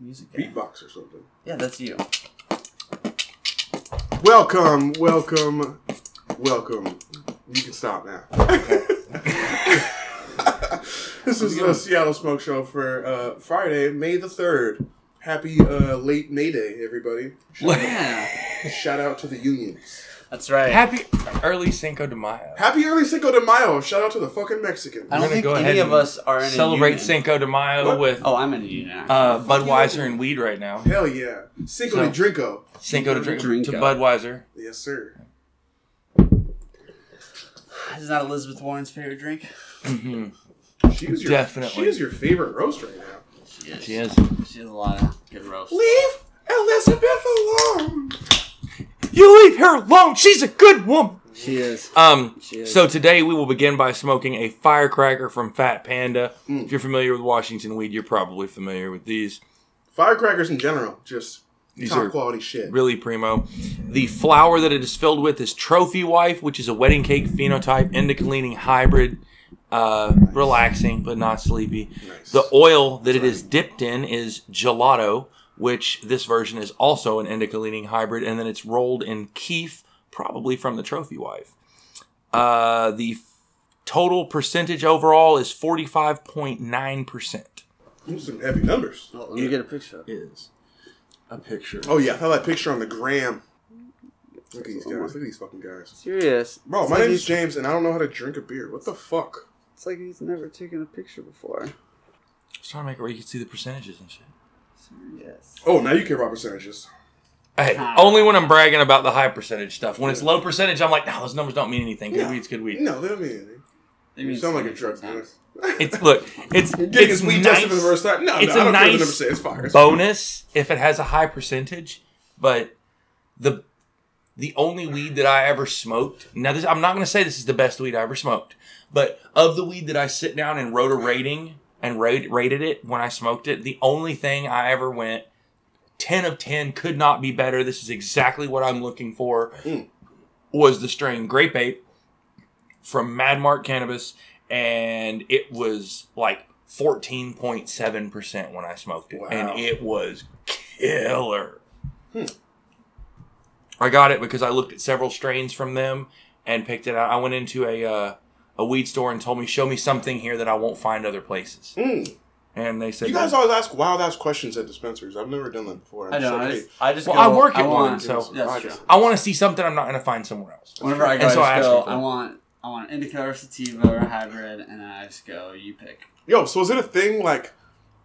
music. guy. Beatbox or something. Yeah, that's you. Welcome, welcome, welcome. You can stop now. this is the Seattle Smoke Show for uh, Friday, May the 3rd. Happy uh, late May Day, everybody. Yeah, Shout out to the unions. that's right. Happy early Cinco de Mayo. Happy early Cinco de Mayo. Shout out to the fucking Mexicans. I don't gonna think go ahead any of and us are in a Celebrate union. Cinco de Mayo What? with Oh, I'm in a union. actually. uh, Budweiser and weed right now. Hell yeah. Cinco de Drinko. Cinco de drink Drinko. to Budweiser. Yes, sir. Is that Elizabeth Warren's favorite drink? She is your, Definitely. She is your favorite roast right now. Yes. She is. She has a lot of good roast. Leave Elizabeth alone. You leave her alone. She's a good woman. She is. Um. She is. So today we will begin by smoking a firecracker from Fat Panda. Mm. If you're familiar with Washington weed, you're probably familiar with these. Firecrackers in general, just These top are quality shit. really primo. The flower that it is filled with is Trophy Wife, which is a wedding cake phenotype, indica leaning hybrid, uh, relaxing but not sleepy. Nice. The oil that it is dipped in is gelato, which this version is also an indica leaning hybrid, and then it's rolled in keef, probably from the Trophy Wife. Uh, the f- total percentage overall is 45.9%. Those are some heavy numbers. Oh, let me get a picture. of it. Is a picture. Oh yeah, I saw that picture on the gram. Look at these guys. Look at these fucking guys. Serious, Bro, It's my like name's he's- James, and I don't know how to drink a beer. What the fuck? It's like he's never taken a picture before. Just trying to make it where you can see the percentages and shit. Yes. Oh, now you care about percentages. Hey, only when I'm bragging about the high percentage stuff. When it's low percentage, I'm like, no, those numbers don't mean anything. Good No. weed's good weed. No, they don't mean anything. You sound like a drug dealer. It's look, it's Getting it's his weed nice tested for the first time. No, it's no, I don't care a what the nice numbers say. It's fire. It's bonus if it has a high percentage, but the the only weed that I ever smoked. Now, this, I'm not going to say this is the best weed I ever smoked, but of the weed that I sit down and wrote a rating and rate, rated it when I smoked it, the only thing I ever went ten of ten could not be better. This is exactly what I'm looking for. Mm. Was the strain Grape Ape from Mad Mark Cannabis, and it was like 14.7% when I smoked it, Wow. Hmm. and it was killer. I got it because I looked at several strains from them and picked it out. I went into a uh, a weed store and told me, "Show me something here that I won't find other places." Mm. And they said, You guys always ask wild ass questions at dispensaries. I've never done that before. I'm I just don't. like, I hey, just, I just Well, go, I work at want, one, so- that's I true. just- "I want to see something I'm not going to find somewhere else." Whenever I go, And so I I just asked go, him for I it. want, I want indica or sativa or hybrid, and then I just go, you pick. Yo, so is it a thing like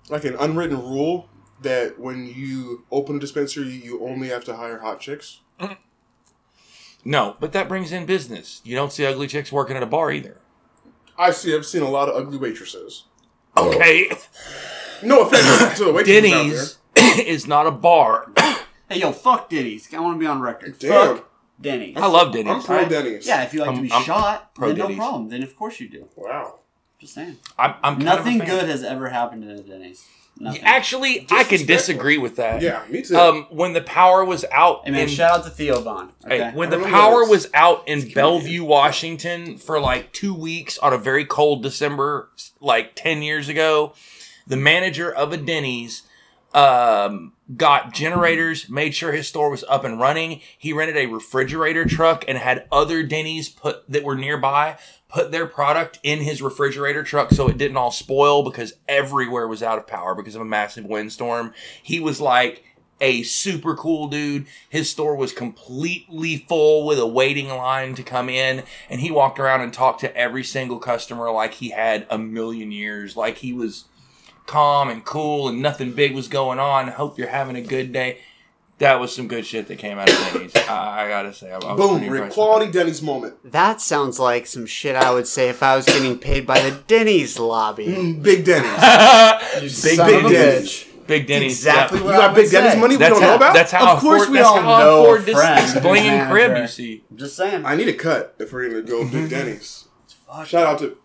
like an unwritten rule that when you open a dispensary you only have to hire hot chicks? No, but that brings in business. You don't see ugly chicks working at a bar either. I see I've seen a lot of ugly waitresses. Oh. Okay, No offense to the waitresses Denny's is not a bar. Hey, yo, fuck Denny's. I want to be on record. out there. Damn. Fuck Denny's. I love Denny's. I'm pro Denny's. Yeah, if you like to I'm- be I'm shot, pro then no Denny's. problem. Then of course you do. Wow. Just saying. I'm, I'm kind Nothing of a fan. good has ever happened to Denny's. Nothing. Actually, I can Disrespectful. disagree with that. Yeah, me too. Um, when the power was out Hey man, in shout out to Theo Von. Hey, Okay. when I the don't know power what it is. was out in Bellevue, Washington for like two weeks on a very cold December, like 10 years ago, the manager of a Denny's um, got generators, made sure his store was up and running. He rented a refrigerator truck and had other Denny's put that were nearby put their product in his refrigerator truck so it didn't all spoil because everywhere was out of power because of a massive windstorm. He was like a super cool dude. His store was completely full with a waiting line to come in, and he walked around and talked to every single customer like he had a million years, like he was calm and cool and nothing big was going on. Hope you're having a good day. That was some good shit that came out of Denny's. I, I gotta say, I, I was Boom, pretty Rick. impressed. Quality Denny's moment. That sounds like some shit I would say if I was getting paid by the Denny's lobby. Mm, Big Denny's. Big, big Denny's. Big Denny's. Exactly yeah. You what I got would Big Denny's say. money That's we don't how, know about? That's how Of course afford, we that's all how know afford a this, friend this blinging who's crib manager. you see. Just saying. I need a cut if we're gonna go Big Denny's. Shout out to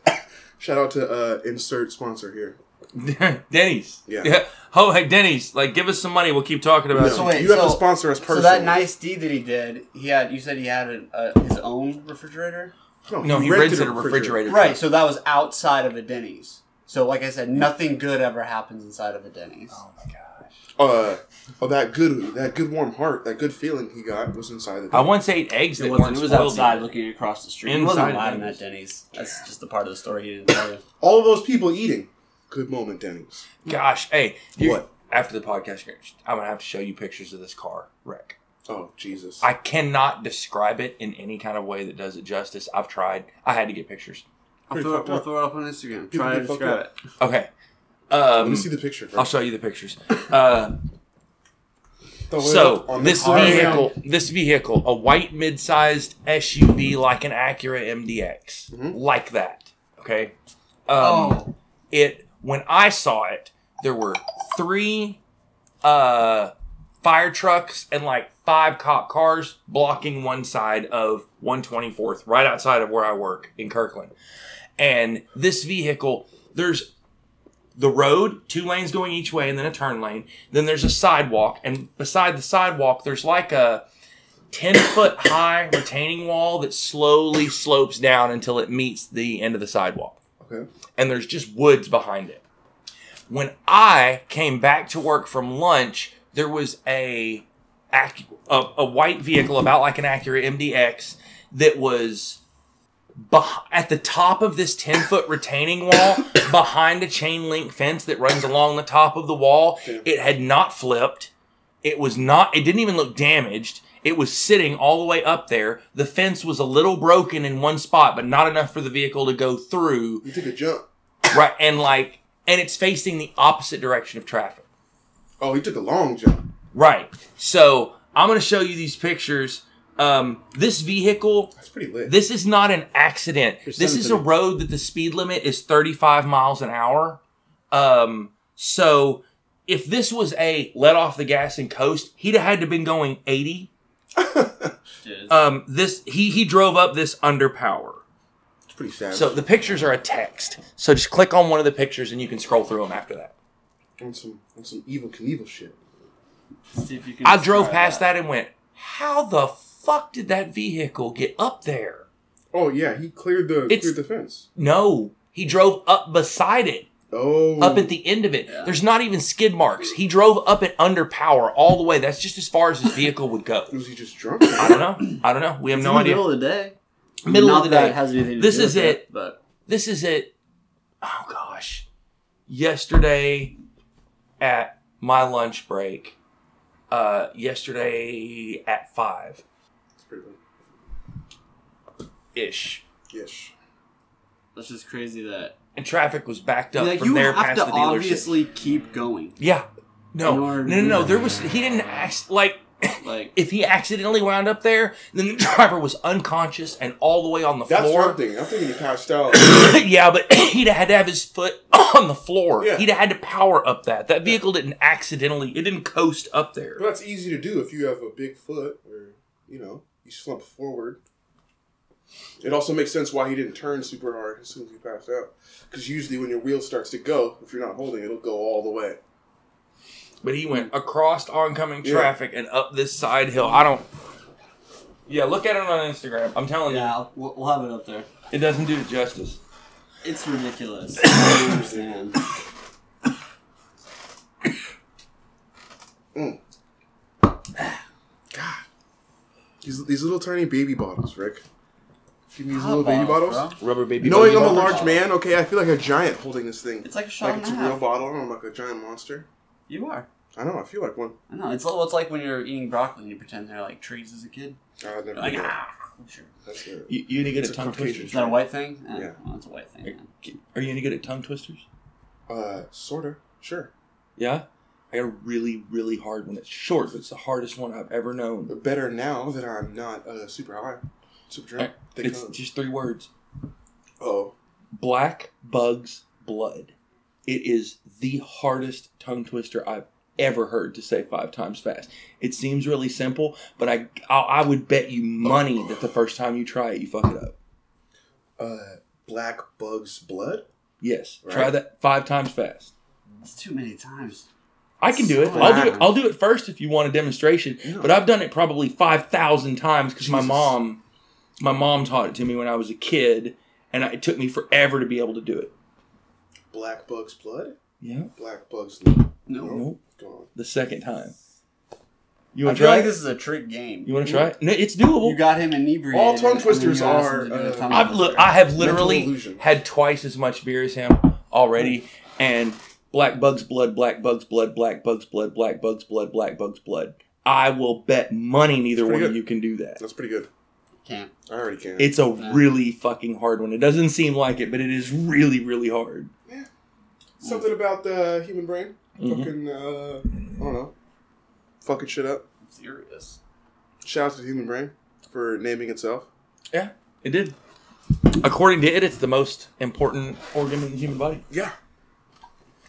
Shout out to uh, insert sponsor here. Denny's. Yeah. Oh, hey, Denny's. Like, give us some money. We'll keep talking about No, it. So wait, you have to so- sponsor us So personally. that nice deed that he did, he had. You said he had a, a, his own refrigerator, no, he rented a refrigerator. right? So that was outside of a Denny's. So like I said, nothing good ever happens inside of a Denny's. Oh my god. uh, oh, that good, that good warm heart, that good feeling he got was inside the. I once ate eggs It that wasn't. weren't It was spoiled outside yet. looking across the street. He wasn't Inside alive in that Denny's. Denny's. That's just the part of the story he didn't tell you. All those people eating. Good moment, Denny's. Gosh, hey, you, What? After the podcast, I'm gonna have to show you pictures of this car wreck. Oh Jesus! I cannot describe it in any kind of way that does it justice. I've tried. I had to get pictures. I'll Pretty throw, fucked we'll up. throw it up on Instagram. People Try to get fucked describe it. Okay. Let Um, me see the picture. I'll First. show you the pictures. Uh, The left so on the this car. vehicle, this vehicle, a white mid-sized SUV like an Acura MDX, Mhm. like that. Okay. Um, Oh, it when I saw it, there were three uh, fire trucks and like five cop cars blocking one side of 124th, right outside of where I work in Kirkland. And this vehicle, there's the road, two lanes going each way, and then a turn lane. Then there's a sidewalk, and beside the sidewalk, there's like a 10 foot high retaining wall that slowly slopes down until it meets the end of the sidewalk Okay. and there's just woods behind it. When I came back to work from lunch, there was a Ac- a, a white vehicle about like an Acura MDX that was beh- at the top of this 10 foot retaining wall behind a chain link fence that runs along the top of the wall. Yeah. It had not flipped. It was not, it didn't even look damaged. It was sitting all the way up there. The fence was a little broken in one spot, but not enough for the vehicle to go through. You took a jump. Right, and like, and it's facing the opposite direction of traffic. Oh, he took a long jump. Right. So I'm gonna show you these pictures. Um, this vehicle, That's pretty lit. this is not an accident. This is a road that the speed limit is 35 miles an hour. Um, so if this was a let off the gas and coast, he'd have had to been going 80. Jeez. Um, this he he drove up this underpower. It's pretty savage. So the pictures are a text. So just click on one of the pictures and you can scroll through them after that. on some on some evil Knievel shit. See if you can I drove describe past that. and went, "How the fuck did that vehicle get up there?" Oh yeah, he cleared the It's- cleared the fence. No, he drove up beside it, Oh, up at the end of it. There's not even skid marks. He drove up and under power all the way. That's just as far as his vehicle would go. was he just drunk? I don't know. I don't know. We have It's no in the idea. Middle of the day. Middle Not of the that day. it has anything to This do is with it. But This is it. Oh gosh, yesterday at my lunch break. Uh, yesterday at five That's pretty lit. ish. Yes. that's just crazy that and traffic was backed up like, from you there have past to the dealership. obviously keep going. yeah, no, In no, order to no, do no. that. There was he didn't act like Like if he accidentally wound up there, then the driver was unconscious and all the way on the That's one floor. thing. I'm thinking he passed out. yeah, but he'd had to have his foot on the floor. Yeah. He'd had to power up that. That vehicle didn't accidentally. It didn't coast up there. Well, that's easy to do if you have a big foot or, you know, you slump forward. It also makes sense why he didn't turn super hard as soon as he passed out. Because usually when your wheel starts to go, if you're not holding, it'll go all the way. But he went across oncoming Yeah. traffic and up this side hill. I don't. Yeah, look at it on Instagram. I'm telling yeah, I'll- we'll, we'll have it up there. you, it doesn't do it justice. It's ridiculous. I don't understand. These, these little tiny baby bottles, Rick. Give me these Hot little baby bottles, bottles. Rubber baby. Knowing I'm a bottles. large man, okay, I feel like a giant holding this thing. It's like a shot Like and it's a a half. real bottle, and I'm like a giant monster. You are. I know, I feel like one. I know. It's, well, it's like when you're eating broccoli and you pretend they're like trees as a kid. Ah, I've never You're like, done that. ah. Sure. That's it. You, you any good It's at a tongue Caucasian twisters? Is that a white thing? Eh, Yeah. Well, it's a white thing. yeah. Are you any good at tongue twisters? Uh, sorta. Sure. Yeah. I got a really, really hard one. It's short, but it's the hardest one I've ever known. Better now that I'm not uh, super high, super drunk. They It's come. just three words. Oh, Black bugs blood. It is the hardest tongue twister I've ever heard to say five times fast. It seems really simple, but I I, I would bet you money that the first time you try it, you fuck it up. uh, black bug's blood. Yes, Right. try that five times fast. It's too many times. I can do it. So I'll do it. hard. I'll do it first if you want a demonstration. Yeah. But I've done it probably five thousand times because my Jesus. mom, my mom taught it to me when I was a kid, and I, it took me forever to be able to do it. Black bug's blood. Yeah. Black bug's blood. No. Nope. Gone. the second time. I You want to feel try? like it? this is a trick game. you want to try it? No, it's doable. You got him inebriated. All tongue and then twisters you asked him are, to do a uh, tongue I've look. I have literally illusion. had twice as much beer as him already, and black bugs blood, black bugs blood, black bugs blood, black bugs blood, black bugs blood. I will bet money neither Pretty one of good. you can do that. That's pretty good. Can't. I already can. It's a really fucking hard one. It doesn't seem like it, but it is really, really hard. Something about the human brain. Mhm. Fucking, uh, I don't know. Fucking shit up. Serious. Shout out to the human brain for naming itself. Yeah, it did. According to it, it's the most important organ in the human body. Yeah.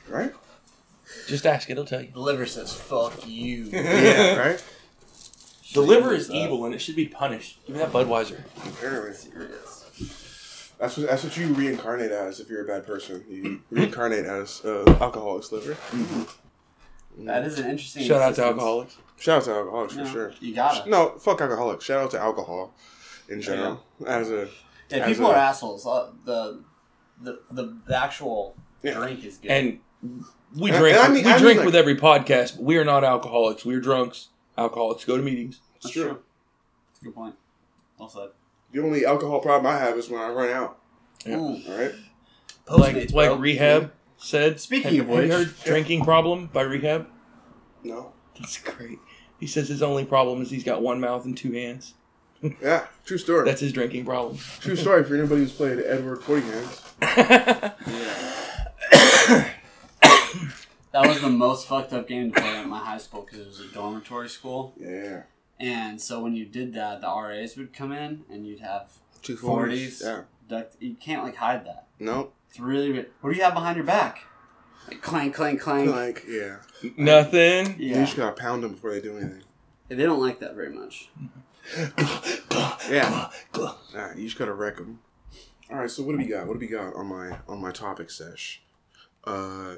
Right? Just ask it; it'll tell you. The liver says, "Fuck you." Yeah, right? The liver is evil, and it should be punished. Give me that Budweiser. Apparently. Serious. That's what, that's what you reincarnate as if you're a bad person. You reincarnate as uh, alcoholics liver. Mm-hmm. That is an interesting. Shout out to existence. alcoholics. Shout out to alcoholics No, for sure. You got it. No, fuck alcoholics. Shout out to alcohol in general. As a Yeah, as people a- are assholes. Uh, the, the the the actual Yeah. drink is good. And we And- and drink. I mean- we I mean, drink like- with every podcast. But we are not alcoholics. We are drunks. Alcoholics go to meetings. That's Sure. true. That's a good point. Well said. The only alcohol problem I have is when I run out. Yeah. Ooh, All right. Like Postmates, like bro. rehab said. Speaking Have- of have you which- heard drinking problem by rehab. No. That's great. He says his only problem is he's got one mouth and two hands. Yeah. True story. That's his drinking problem. True story for anybody who's played Edward Fortyhands. That was the most fucked up game to play at my high school because it was a dormitory school. Yeah. And so when you did that, the RAs would come in and you'd have Two 40s. Yeah. duct. You can't like hide that. No. It's really. weird. What do you have behind your back? Like clank, clank, clank. Like yeah. Nothing. You Yeah, just gotta pound them before they do anything. they don't like that very much. Yeah. All right, you just gotta wreck them. All right, so what do we got? What do we got on my on my topic sesh? Uh,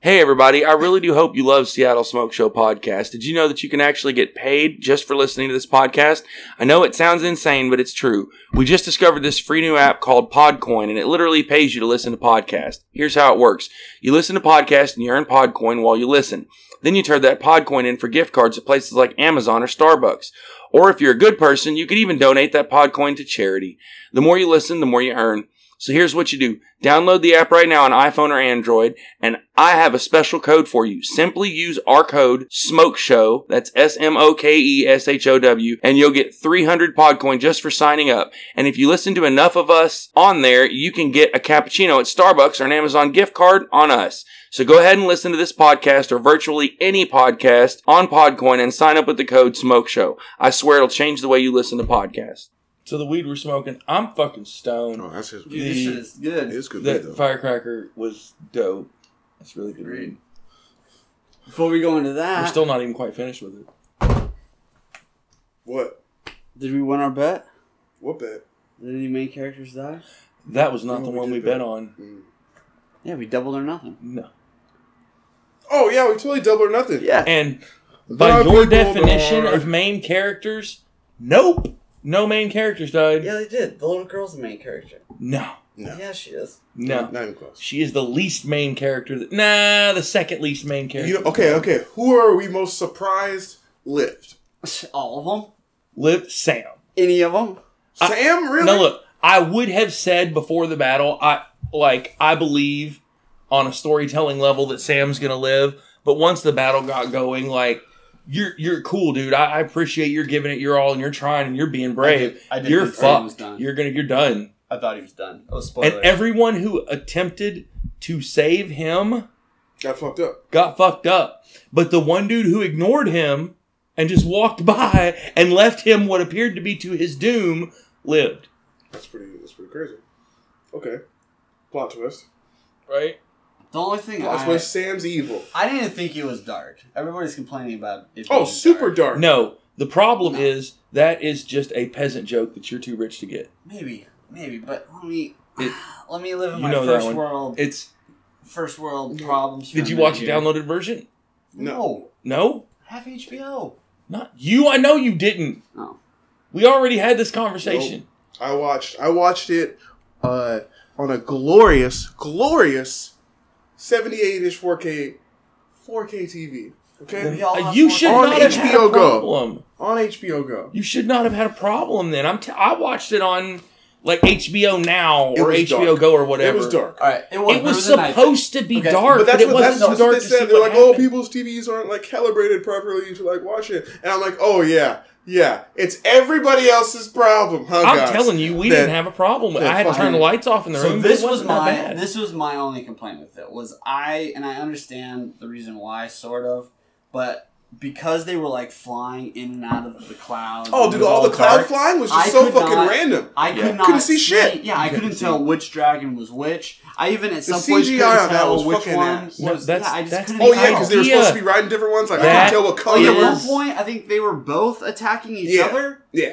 Hey everybody, I really do hope you love Seattle Smoke Show podcast. Did you know that you can actually get paid just for listening to this podcast? I know it sounds insane, but it's true. We just discovered this free new app called Podcoin and it literally pays you to listen to podcasts. Here's how it works. You listen to podcasts and you earn Podcoin while you listen. Then you turn that Podcoin in for gift cards at places like Amazon or Starbucks. Or if you're a good person, you could even donate that Podcoin to charity. The more you listen, the more you earn. So here's what you do. Download the app right now on iPhone or Android, and I have a special code for you. Simply use our code SMOKESHOW, that's E S-M-O-K-E-S-H-O-W, and you'll get 300 Podcoin just for signing up. And if you listen to enough of us on there, you can get a cappuccino at Starbucks or an Amazon gift card on us. So go ahead and listen to this podcast or virtually any podcast on Podcoin and sign up with the code SMOKESHOW. I swear it'll change the way you listen to podcasts. So the weed we're smoking, I'm fucking stoned no, that's his. Dude, this shit is good. It's good that weed, though. firecracker was dope. That's really good. Agreed. read. Before we go into that, We're still not even quite finished with it. What? did we win our bet? What bet? Did any main characters die? That was not No, the we one did we that. bet on. Yeah, we doubled or nothing. No. Oh yeah, we totally double or nothing. Yeah. And by Double your gold definition bar. of main characters, nope. No main characters died. Yeah, they did. The little girl's the main character. No. No. Yeah, she is. No. Not even close. She is the least main character. That, nah, the second least main character. You, okay, okay. Who are we most surprised? Lived. All of them? Liv Sam. Any of them? I- Sam really? Now look, I would have said before the battle, I like I believe on a storytelling level that Sam's gonna live. But once the battle got going, like you're you're cool, dude. I, I appreciate you're giving it your all and you're trying and you're being brave. I did you're think Sam was fucked. done. You're gonna you're done. I thought he was done. That was And spoiler. everyone who attempted to save him Got fucked up. got fucked up. But the one dude who ignored him and just walked by and left him what appeared to be to his doom lived. That's pretty. That's pretty crazy. Okay. Plot twist. Right? the only thing Plot I, twist. Sam's evil. I didn't think it was dark. Everybody's complaining about it. Oh, being super dark. No, the problem No. is that is just a peasant joke that you're too rich to get. Maybe, maybe, but let me It- let me live in you my know that first one. world It's first world problems. for did a you minute watch the here. downloaded version? No. No, Have HBO. not you. I know you didn't. No. We already had this conversation. I watched. I watched it uh, on a glorious, glorious, seventy-eight-ish 4K, 4K TV. Okay, We all Uh, have you more- should On not have had a HBO Go. problem. on HBO Go. You should not have had a problem then. I'm t- I watched it on like HBO Now or was HBO dark. Go or whatever. It was dark. All right. It was, It was Ruin the Night. supposed to be Okay, dark, But but, that's it what, that's, wasn't that's what dark they to said. see They're what like, oh, happened." people's TVs aren't like calibrated properly to like watch it. And I'm like, oh yeah, yeah, it's everybody else's problem, huh? I'm guys? telling you, we That- didn't have a problem. with that I had to turn fucking- the lights off in the So room. this but was it wasn't that my bad. this was my only complaint with it was I and I understand the reason why sort of, but because they were like flying in and out of the clouds. Oh, and dude, it was all the cloud dark, flying was just I so could fucking not- random. I Yeah. could not Couldn't see shit. Yeah, I couldn't tell which dragon was which. I even at some point CGI couldn't on that tell was which fucking one ass. was. No, that's- yeah, I just that's- couldn't Oh yeah, tell. because they were Idea. supposed to be riding different ones. Like I That couldn't tell what Oh, color yeah, it at one was. point I think they were both attacking each Yeah. other. Yeah,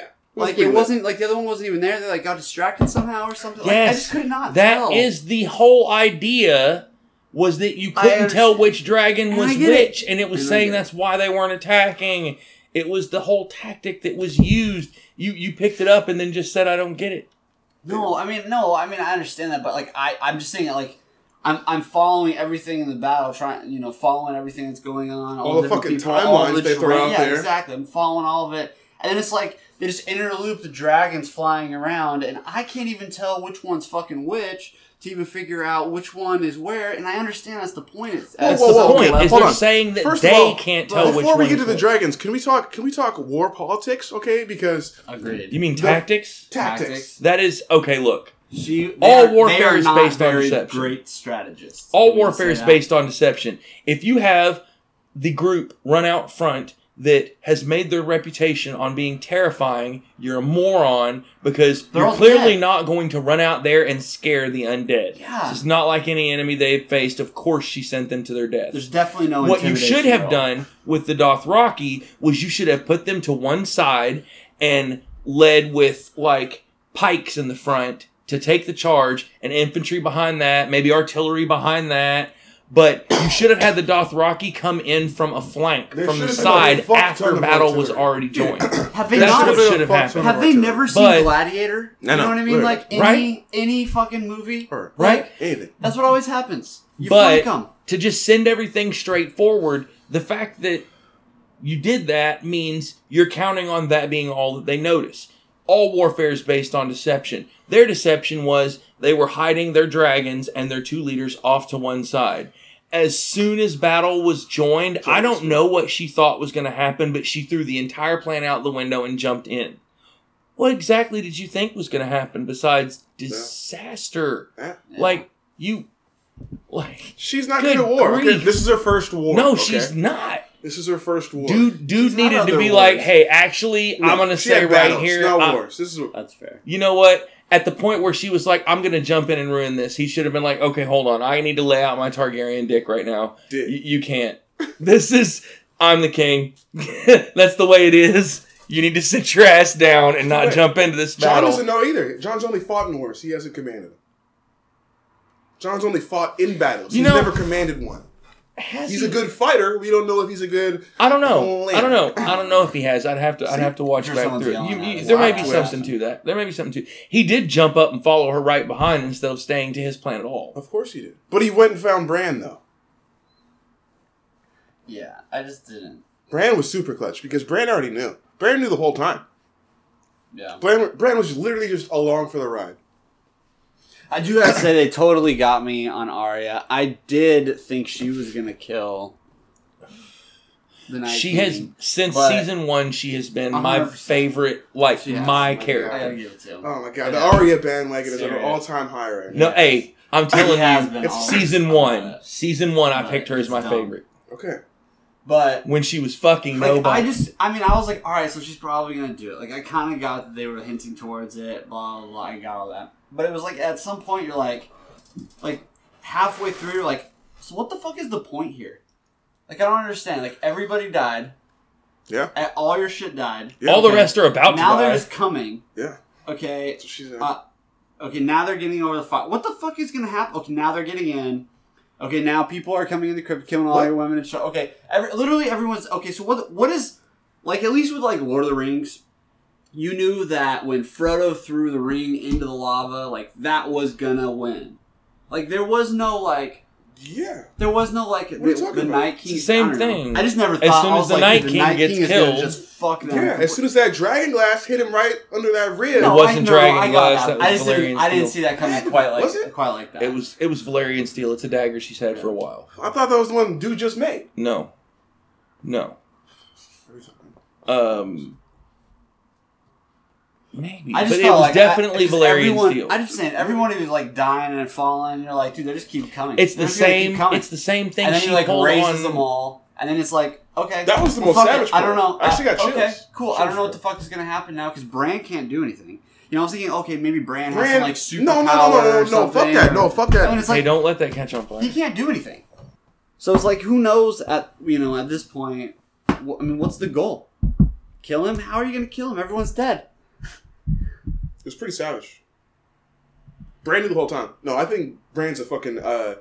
Like was pretty it lit. wasn't like the other one wasn't even there. They like got distracted somehow or something. Like, I Yes, just could not. That tell. is the whole idea was that you I couldn't tell understand. which dragon And was I get it. which, and it was And I saying get it. that's why they weren't attacking. It was the whole tactic that was used. You you picked it up and then just said, "I don't get it." No, I mean no, I mean I understand that, but like I, I'm just saying like I'm I'm following everything in the battle, trying you know, following everything that's going on, all, All the the different fucking people, all timelines the they throw terrain. out yeah, there. Exactly. I'm following all of it. And then it's like they just interloop the dragons flying around and I can't even tell which one's fucking which to even figure out which one is where, and I understand that's the point. It's, Whoa, that's whoa, That's whoa, the point. hold Is on. they're saying that First of they all, can't tell which Before one we get to is the which. dragons, can we talk? Can we talk war politics? Okay, because Agreed. You mean tactics? tactics. That is okay. Look, She, they All are- they warfare are is not based on very deception. Great strategists. all Can we just warfare say is that? based on deception. If you have the group run out front that has made their reputation on being terrifying, you're a moron because They're you're all clearly dead. not going to run out there and scare the undead. Yeah. It's not like any enemy they've faced. Of course, she sent them to their death. There's definitely no. what you should intimidation have at all. done with the Dothraki was you should have put them to one side and led with like pikes in the front to take the charge and infantry behind that, maybe artillery behind that. But you should have had the Dothraki come in from a flank, There from the should have been a side fuck ton after of battle was artillery. already joined. Have they That not? should have been a have fuck happened. ton of Have they artillery. never seen But- Gladiator? I You know, know what I mean? literally. Like any Right? any fucking movie, Or- Right? Like, anything? that's what always happens. You but flank 'em. to just send everything straight forward, the fact that you did that means you're counting on that being all that they notice. All warfare is based on deception. Their deception was they were hiding their dragons and their two leaders off to one side. As soon as battle was joined, I don't know what she thought was going to happen, but she threw the entire plan out the window and jumped in. What exactly did you think was going to happen besides disaster? Eh? Like, you. Like, She's not Good good, at war. Okay, grief. this is her first war. no, okay? she's not. This is her first war. Dude, dude She's not needed to be otherwise. like, hey, actually, No, I'm gonna she say had right battles, here, uh, not I- wars. This is what- that's fair. you know what? At the point where she was like, I'm gonna jump in and ruin this, he should have been like, okay, hold on, I need to lay out my Targaryen dick right now. Y- did. you can't. This is, I'm the king. That's the way it is. You need to sit your ass down and not Right. jump into this John battle. doesn't know either. John's only fought in wars. He hasn't commanded them. John's only fought in battles. You he's know- never commanded one. Has He's he- a good fighter. We don't know if he's a good. I don't know. I player. don't know. I don't know if he has. I'd have to. I'd have to watch Sure back someone's through it. yelling You- at you- us. there may be Wow. something to that. There may be something to. He did jump up and follow her right behind instead of staying to his plan at all. Of course he did. But he went and found Bran though. Yeah, I just didn't. Bran was super clutch because Bran already knew. Bran knew the whole time. Yeah, Bran, Bran was literally just along for the ride. I do have to say they totally got me on Arya. I did think she was gonna kill. The Night She King. has since but- season one. She has been my 100%. favorite, like She has. my I character. gotta give it to him. Oh my god, Yeah. the Arya bandwagon is at an Serious. all time high right now. No, hey, I'm She telling has you, been it's all- season all one, that. season one, I But picked her as it's my dumb. favorite Okay. But when she was fucking Like, nobody. I just, I mean, I was like, all right, so she's probably gonna do it. Like, I kind of got that they were hinting towards it, blah blah blah. I got all that, but it was like at some point you're like, like halfway through, you're like, so what the fuck is the point here? Like, I don't understand. Like, everybody died. Yeah. A- All your shit died. Yeah, all the okay. rest are about to now they're die. just coming. Yeah. Okay. So she's Uh, Okay. Now they're getting over the fight. What the fuck is gonna happen? Okay. Now they're getting in. Okay. Now people are coming in the crypt, killing all What? your women and shit. Okay. Every, literally everyone's okay. So what? What is like? At least with like Lord of the Rings, you knew that when Frodo threw the ring into the lava, like that was gonna win. Like there was no like Yeah. There was no like the, are you talking the about? Night King. It's the same I don't know. thing. I just never As thought. soon I as was the like, Night the King Night gets King is gonna killed- Just fuck them. Yeah. As soon as that dragon glass hit him right under that rib. No, It wasn't I, know, Dragon I got Glass, that That. was I just didn't, Valerian I didn't see Steel. that coming quite like Was it? quite like that. It was it was Valerian steel. It's a dagger she's had for a while. I thought that was the one dude just made. No, no. Um, maybe. I just but it felt was like I, definitely just Valerian everyone, steel. I just saying everyone who's like dying and falling, you're like, dude, they just keep coming. it's the They're just gonna keep same. coming. It's the same thing. and then she he like pulled raises on, them all, and then it's like, okay, That was the well, most fuck it. savage I don't know. part. I actually Uh, got Okay, chills. cool. I Chills don't know what for the fuck is gonna happen now because Brand can't do anything. You know, I was thinking, okay, maybe Brand has Brand- some like super no, no, no, no, no, or no, fuck something, that. No, or- fuck that. And it's hey, like don't let that catch on fire. he can't do anything. So it's like, who knows at you know at this point? Wh- I mean, what's the goal? Kill him? How are you gonna kill him? Everyone's dead. It was pretty savage. Brand new the whole time. No, I think Brand's a fucking uh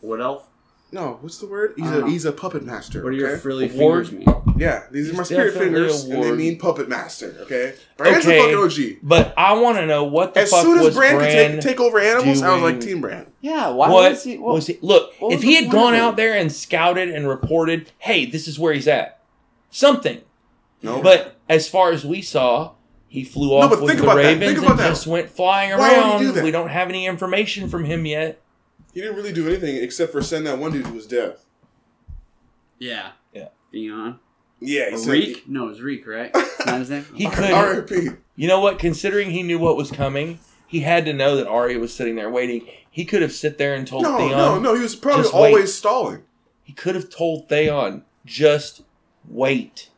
What elf? no, what's the word? He's I don't a know. he's a puppet master. Uh-huh. What are your okay? frilly Ward? fingers mean? Yeah, these are my He's spirit definitely fingers, a and they ward. mean puppet master. Okay, Brand's Okay. a fucking OG. But I want to know what the As fuck soon as was Brand, Bran could take, take over animals, I was like, doing? Team Brand. Yeah, why What was was he? he? Well, Look, what if was he the had point gone of it? out there and scouted and reported, "Hey, this is where he's at," something. No, But as far as we saw, he flew off but with think the about that. Ravens Think about and that. just went flying Why would he around. do that? we don't have any information from him yet. he didn't really do anything except for send that one dude who was deaf. Yeah. Yeah. Beyond. Yeah, he Or said- Reek? No, it's Reek, right? Is that his name? Oh. He could. R.I.P. You know what? Considering he knew what was coming, he had to know that Arya was sitting there waiting. He could have sit there and told No, Theon. no, no. He was probably Just always wait. stalling. He could have told Theon, "Just wait.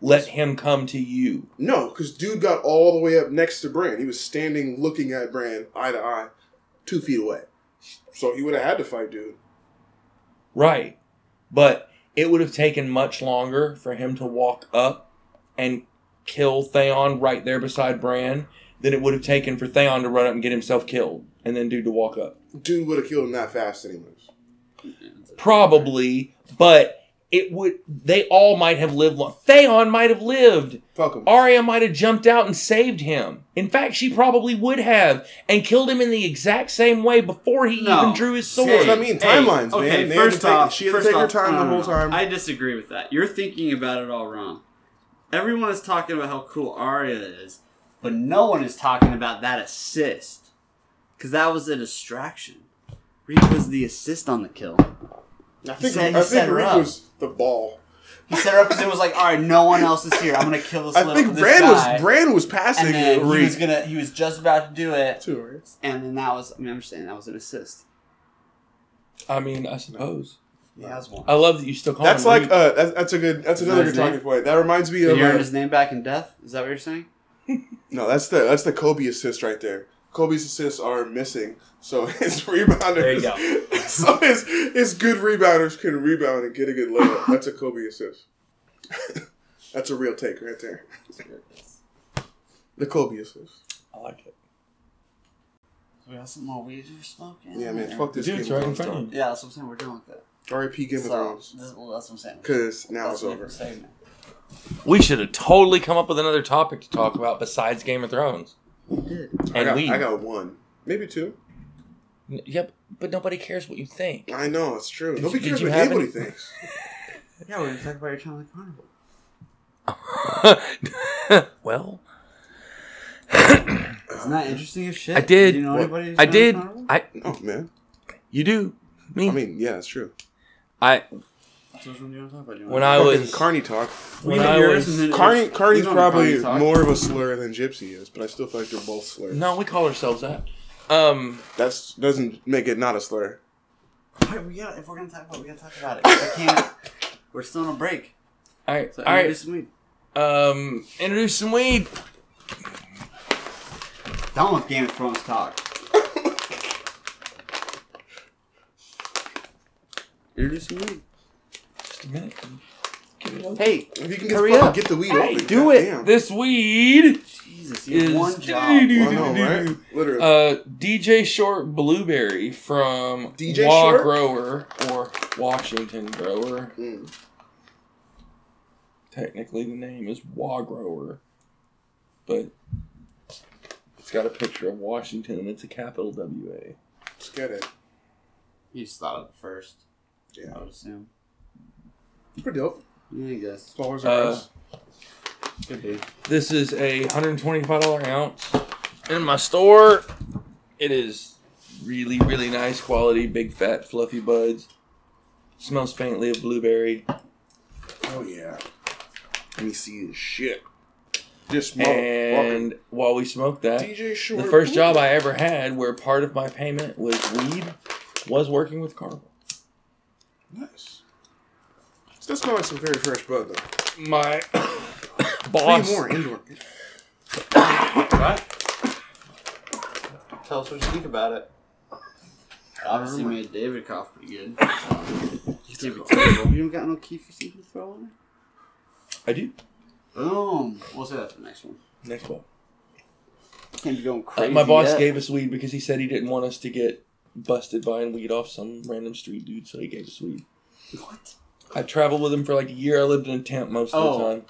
Let him come to you." No, because dude got all the way up next to Brand. He was standing, looking at Brand eye to eye, two feet away. So he would have had to fight dude. Right. But it would have taken much longer for him to walk up and kill Theon right there beside Bran than it would have taken for Theon to run up and get himself killed and then dude to walk up. Dude would have killed him that fast, anyways. Probably, but it would they all might have lived long. Theon might have lived. Fuck him. Arya might have jumped out and saved him. In fact, she probably would have and killed him in the exact same way before he No. even drew his sword. That's what I mean. Timelines, Okay, man. They had to first take- off, she had to first take her off- time no, the no, whole no. time. I disagree with that. You're thinking about it all wrong. Everyone is talking about how cool Arya is, but no one is talking about that assist. Because that was a distraction. Reek was the assist on the kill. I think, set- he I set think her Reek up. was the ball. He set her up because it was like, all right, no one else is here. I'm gonna kill this. I little, think this Brand guy." was Brand was passing And then he was Reek. gonna. He was just about to do it, Too, right? and then that was. I mean, I'm just saying that was an assist. I mean, I suppose. Yeah, that was Oh, one. I love that you still call That's him like Reek. uh, that's, that's a good. That's another that good his talking name? point. That reminds me Did of he earn uh, his name back in death? Is that what you're saying? no. That's the that's the Kobe assist right there. Kobe's assists are missing, so his rebounders. There you go. so his his good rebounders can rebound and get a good layup. That's a Kobe assist. that's a real take right there. The Kobe assist. I like it. We got some more weed we're smoking. Yeah, man. Fuck this Dude, it's game. right in of front of Thrones. you. Yeah, that's what I'm saying. We're done with that. R.I.P. Game of So, Thrones. this, well, that's what I'm saying. Because now That's it's what over. I'm saying. We should have totally come up with another topic to talk about besides Game of Thrones. I And got, we. I got one, maybe two. N- Yep, but nobody cares what you think. I know it's true. Did Nobody you- did cares you what have anybody any? thinks. Yeah, we're gonna talk about your time at carnival. well, Isn't that interesting as shit? I did. Do you know Uh, What? anybody? who's I done did. Carnival? I No, man. you do me. I mean, yeah, it's true. I So which one do you want to talk about? Do you when wanna- I Fucking was Carney talk. when You do I yours was and then- Carney, Carney's You don't know probably Carney talk. more of a slur than Gypsy is, but I still feel like they're both slurs. no, we call ourselves that. Um, That's doesn't make it not a slur. All right, we gotta, if we're gonna talk about, it, we gotta talk about it. I can't. We're still on a break. all right, So all right. introduce some weed. Um, introduce some weed. Done with Game of Thrones talk. Introduce some weed. Just a minute. hey, If you can get, Hurry fucking up. get the weed Hey, open, do it. goddamn. This weed Jesus, you have is one job. I know, right? Literally. uh, DJ Short Blueberry from DJ Wa Short? Grower or Washington Grower. Mm. Technically, the name is Wa Grower, but it's got a picture of Washington and it's a capital W A. Let's get it. He just thought of it first. Yeah. I would assume. Pretty dope. Yeah, I guess. Followers Uh, are us. Could be. This is a $125 ounce in my store. It is really, really nice quality, big, fat, fluffy buds. Smells faintly of blueberry. Oh yeah. Let me see this shit. Just smoke. And while we smoked that, DJ Short. the first job I ever had where part of my payment was weed was working with Carnival. Nice. So that smells like some very fresh bud though. My Three boss. more indoor. Tell us what you think about it. Obviously made David cough pretty good. He's David Tebow. You don't got no key for Steve to throw in there? I do. Boom. We'll say that for the next one. Next one. Can't be going crazy. Uh, my boss yet. gave us weed because he said he didn't want us to get busted buying weed off some random street dude, so he gave us weed. What? I traveled with him for like a year. I lived in a tent most of the Oh. time.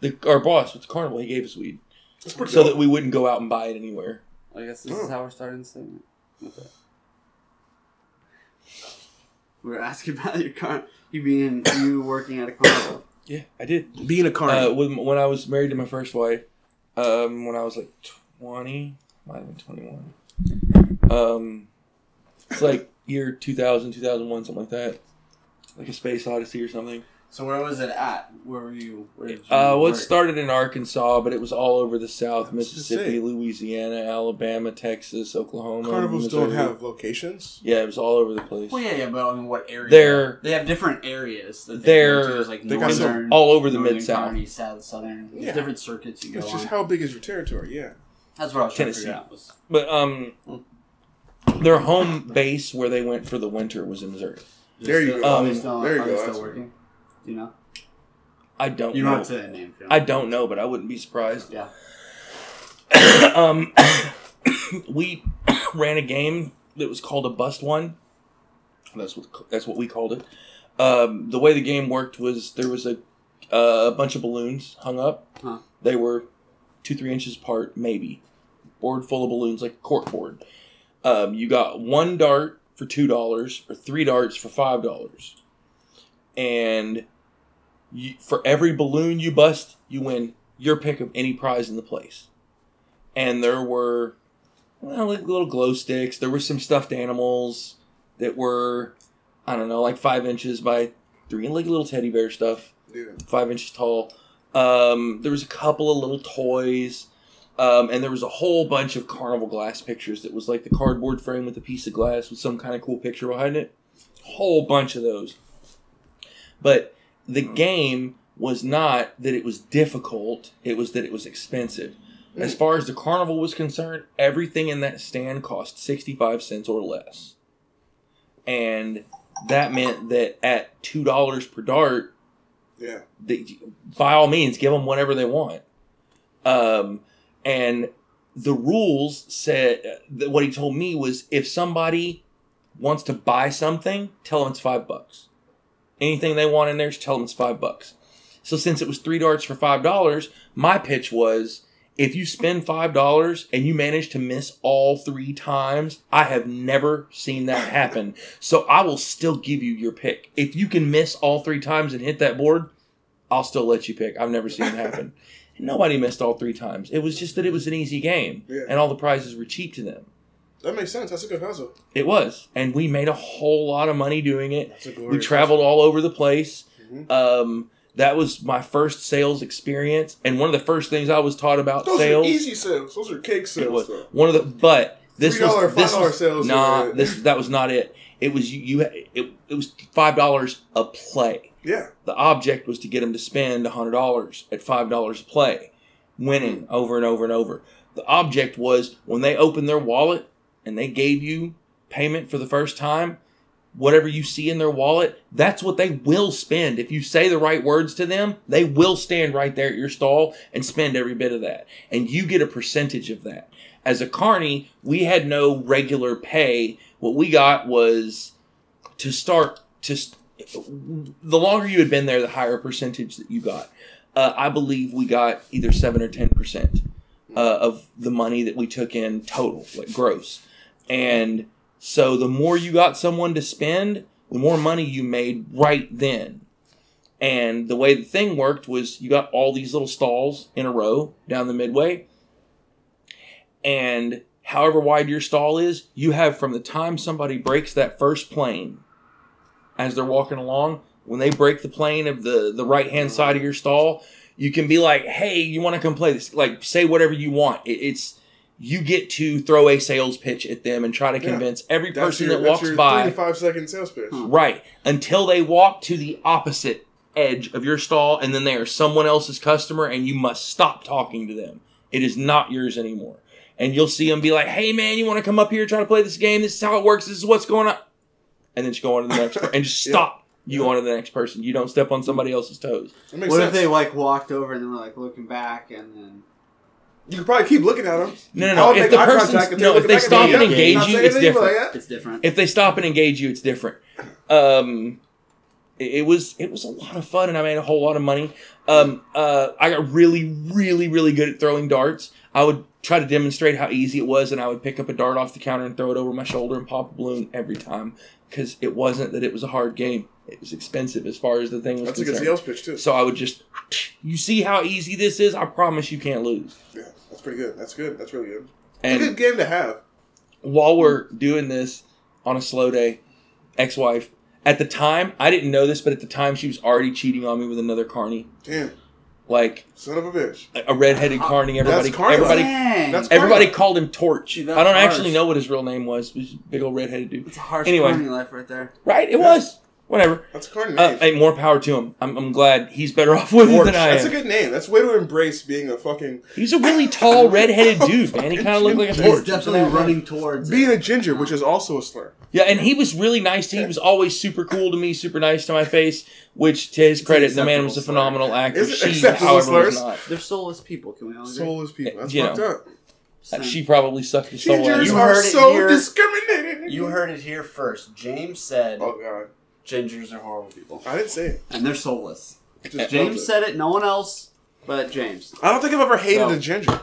The, our boss with the carnival, he gave us weed That's pretty so dope. that we wouldn't go out and buy it anywhere. I guess this Oh. is how we're starting the segment. Okay. We were asking about your car. You being you working at a carnival. Yeah, I did. Being a carny. Uh, when, when I was married to my first wife, um, when I was like 20, might have been 21. Um, it's like year 2000, 2001, something like that. Like a space odyssey or something. So where was it at? Where were you? Where did you Uh, well, it work? started in Arkansas, but it was all over the South: I was gonna Mississippi, say. Louisiana, Alabama, Texas, Oklahoma. Carnivals don't Missouri. have locations. Yeah, it was all over the place. Well, yeah, yeah, but I mean, what area? They're- they have different areas. That they're- they go to. There's, like they got some- northern, all over the northern Mid-South. county, south, southern. There's Yeah. different circuits you go It's just on. how big is your territory? Yeah. That's what I was trying Tennessee. to figure out. Was But um, their home base where they went for the winter was in Missouri. There you still, go. Are they Um, still, there you are They go, that's- still working? Do you know? I don't. You know. don't have to say that name. if you I don't know, but I wouldn't be surprised. Yeah. um, we ran a game that was called a bust one. That's what that's what we called it. Um, the way the game worked was there was a uh, a bunch of balloons hung up. Huh. They were two three inches apart, maybe. Board full of balloons, like a cork board. Um, you got one dart for two dollars or three darts for five dollars, and you, for every balloon you bust, you win your pick of any prize in the place. And there were well, like little glow sticks. There were some stuffed animals that were, I don't know, like five inches by three, like little teddy bear stuff, Yeah. five inches tall. Um, there was a couple of little toys, um, and there was a whole bunch of carnival glass pictures that was like the cardboard frame with a piece of glass with some kind of cool picture behind it. Whole bunch of those. But the game was not that it was difficult, it was that it was expensive. As far as the carnival was concerned, everything in that stand cost 65 cents or less. And that meant that at $2 per dart, Yeah. they, by all means, give them whatever they want. Um, and the rules said that what he told me was if somebody wants to buy something, tell them it's five bucks. Anything they want in there, just tell them it's five bucks. So since it was three darts for five dollars, my pitch was if you spend five dollars and you manage to miss all three times, I have never seen that happen. So I will still give you your pick. If you can miss all three times and hit that board, I'll still let you pick. I've never seen it happen. Nobody missed all three times. It was just that it was an easy game Yeah. and all the prizes were cheap to them. That makes sense. That's a good hustle. It was. And we made a whole lot of money doing it. That's a We glorious traveled all over the place. Mhm. Um, that was my first sales experience, and one of the first things I was taught about Those sales. are easy sales. Those are cake it sales, was though. one of the, but this $3, was this $5 was sales nah. were- This that was not it. It was you. you it, it was five dollars a play. Yeah. The object was to get him to spend hundred dollars at five dollars a play, winning over and over and over. The object was when they opened their wallet and they gave you payment for the first time, whatever you see in their wallet, that's what they will spend. If you say the right words to them, they will stand right there at your stall and spend every bit of that. And you get a percentage of that. As a carny, we had no regular pay. What we got was to start to st- the longer you had been there, the higher percentage that you got. Uh, I believe we got either seven or ten percent uh, of the money that we took in total, like gross. And So the more you got someone to spend, the more money you made right then. And the way the thing worked was you got all these little stalls in a row down the midway. And however wide your stall is, you have from the time somebody breaks that first plane as they're walking along, when they break the plane of the, the right hand side of your stall, you can be like, hey, you want to come play this? Like, say whatever you want. It, it's you get to throw a sales pitch at them and try to Yeah. convince every That's person your, that that's walks your by. Three to five second sales pitch. Right. Until they walk to the opposite edge of your stall and then they are someone else's customer and you must stop talking to them. It is not yours anymore. And you'll see them be like, hey man, you want to come up here, try to play this game? This is how it works. This is what's going on. And then just go on to the next per- and just Yeah. stop. You on to the next person. You don't step on somebody else's toes. That makes What sense. if they like walked over and then were like looking back and then you could probably keep looking at them. No, no, no. I'll If make the eye person, contact no, they're if they looking stop back and at me, engage I'm you, not it's saying anything, different. but Oh, yeah. It's different. if they stop and engage you, it's different. Um, it, it was it was a lot of fun, and I made a whole lot of money. Um, uh, I got really, really, really good at throwing darts. I would try to demonstrate how easy it was, and I would pick up a dart off the counter and throw it over my shoulder and pop a balloon every time because it wasn't that it was a hard game; it was expensive as far as the thing was That's a good concerned. sales pitch too. so I would just, you see how easy this is? I promise you can't lose. Yeah, that's pretty good. That's good. That's really good. And it's a good game to have. while we're doing this on a slow day, ex-wife. At the time, I didn't know this, but at the time, she was already cheating on me with another carny, Damn, like son of a bitch. a a redheaded carny. Everybody, Carny. everybody, Dang. that's- everybody called him Torch. Dude, that's I don't harsh. actually know what his real name was. It was a big old redheaded dude. It's a harsh Anyway. anyway. life right there. Right? It was whatever. That's a card name. Uh, hey, more power to him. I'm, I'm glad he's better off with it Porsche. than I That's a am. good name. That's a way to embrace being a fucking He's a really tall redheaded dude, man. He kind of looked like a He's torch. He's definitely running towards being it. a ginger, which is also a slur. Yeah, and he was really nice to. He was always super cool to me, super nice to my face. Which, to his credit, the man was a acceptable slur. phenomenal actor. Is it She, acceptable however, was slurs? not. They're soulless people. Can we all agree? Soulless people. That's You fucked know. up. Uh, Same. She probably sucked the soul out. of Gingers You him. are heard it so here. discriminated. You heard it here first. James said Oh god, gingers are horrible people, I didn't say it. and they're soulless. Just James felt said it. No one else but James, it. I don't think I've ever hated No. a ginger.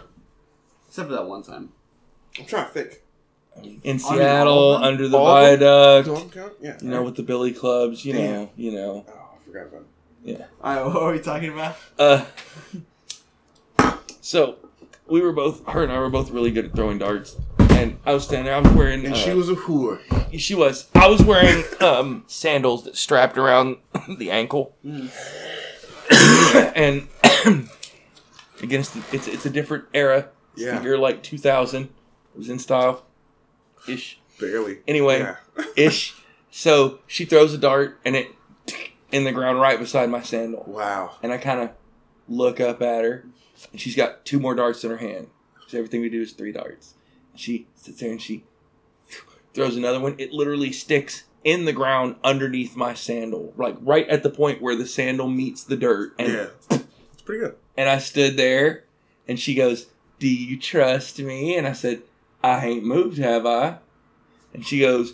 except for that one time. I'm trying to think. in all of Seattle them? under the All of Do I viaduct. count? Yeah. You know, with the Billy clubs. You know, you know. Oh, I forgot about it. All right, what are we talking about? Uh, so we were both her and I were both really good at throwing darts, and I was standing there. I was wearing. And uh, she was a whore. She was. I was wearing um, sandals that strapped around the ankle, Mm. and against the, it's it's a different era. It's Yeah. the year like 2000. It was in style, ish. Barely. Anyway, Yeah. ish. So she throws a dart and it in the ground right beside my sandal, Wow. and I kind of look up at her, and she's got two more darts in her hand. So everything we do is three darts. She sits there and she throws another one. It literally sticks in the ground underneath my sandal, like right at the point where the sandal meets the dirt. And, Yeah. It's pretty good. and I stood there and she goes, Do you trust me? And I said, I ain't moved, have I? And she goes,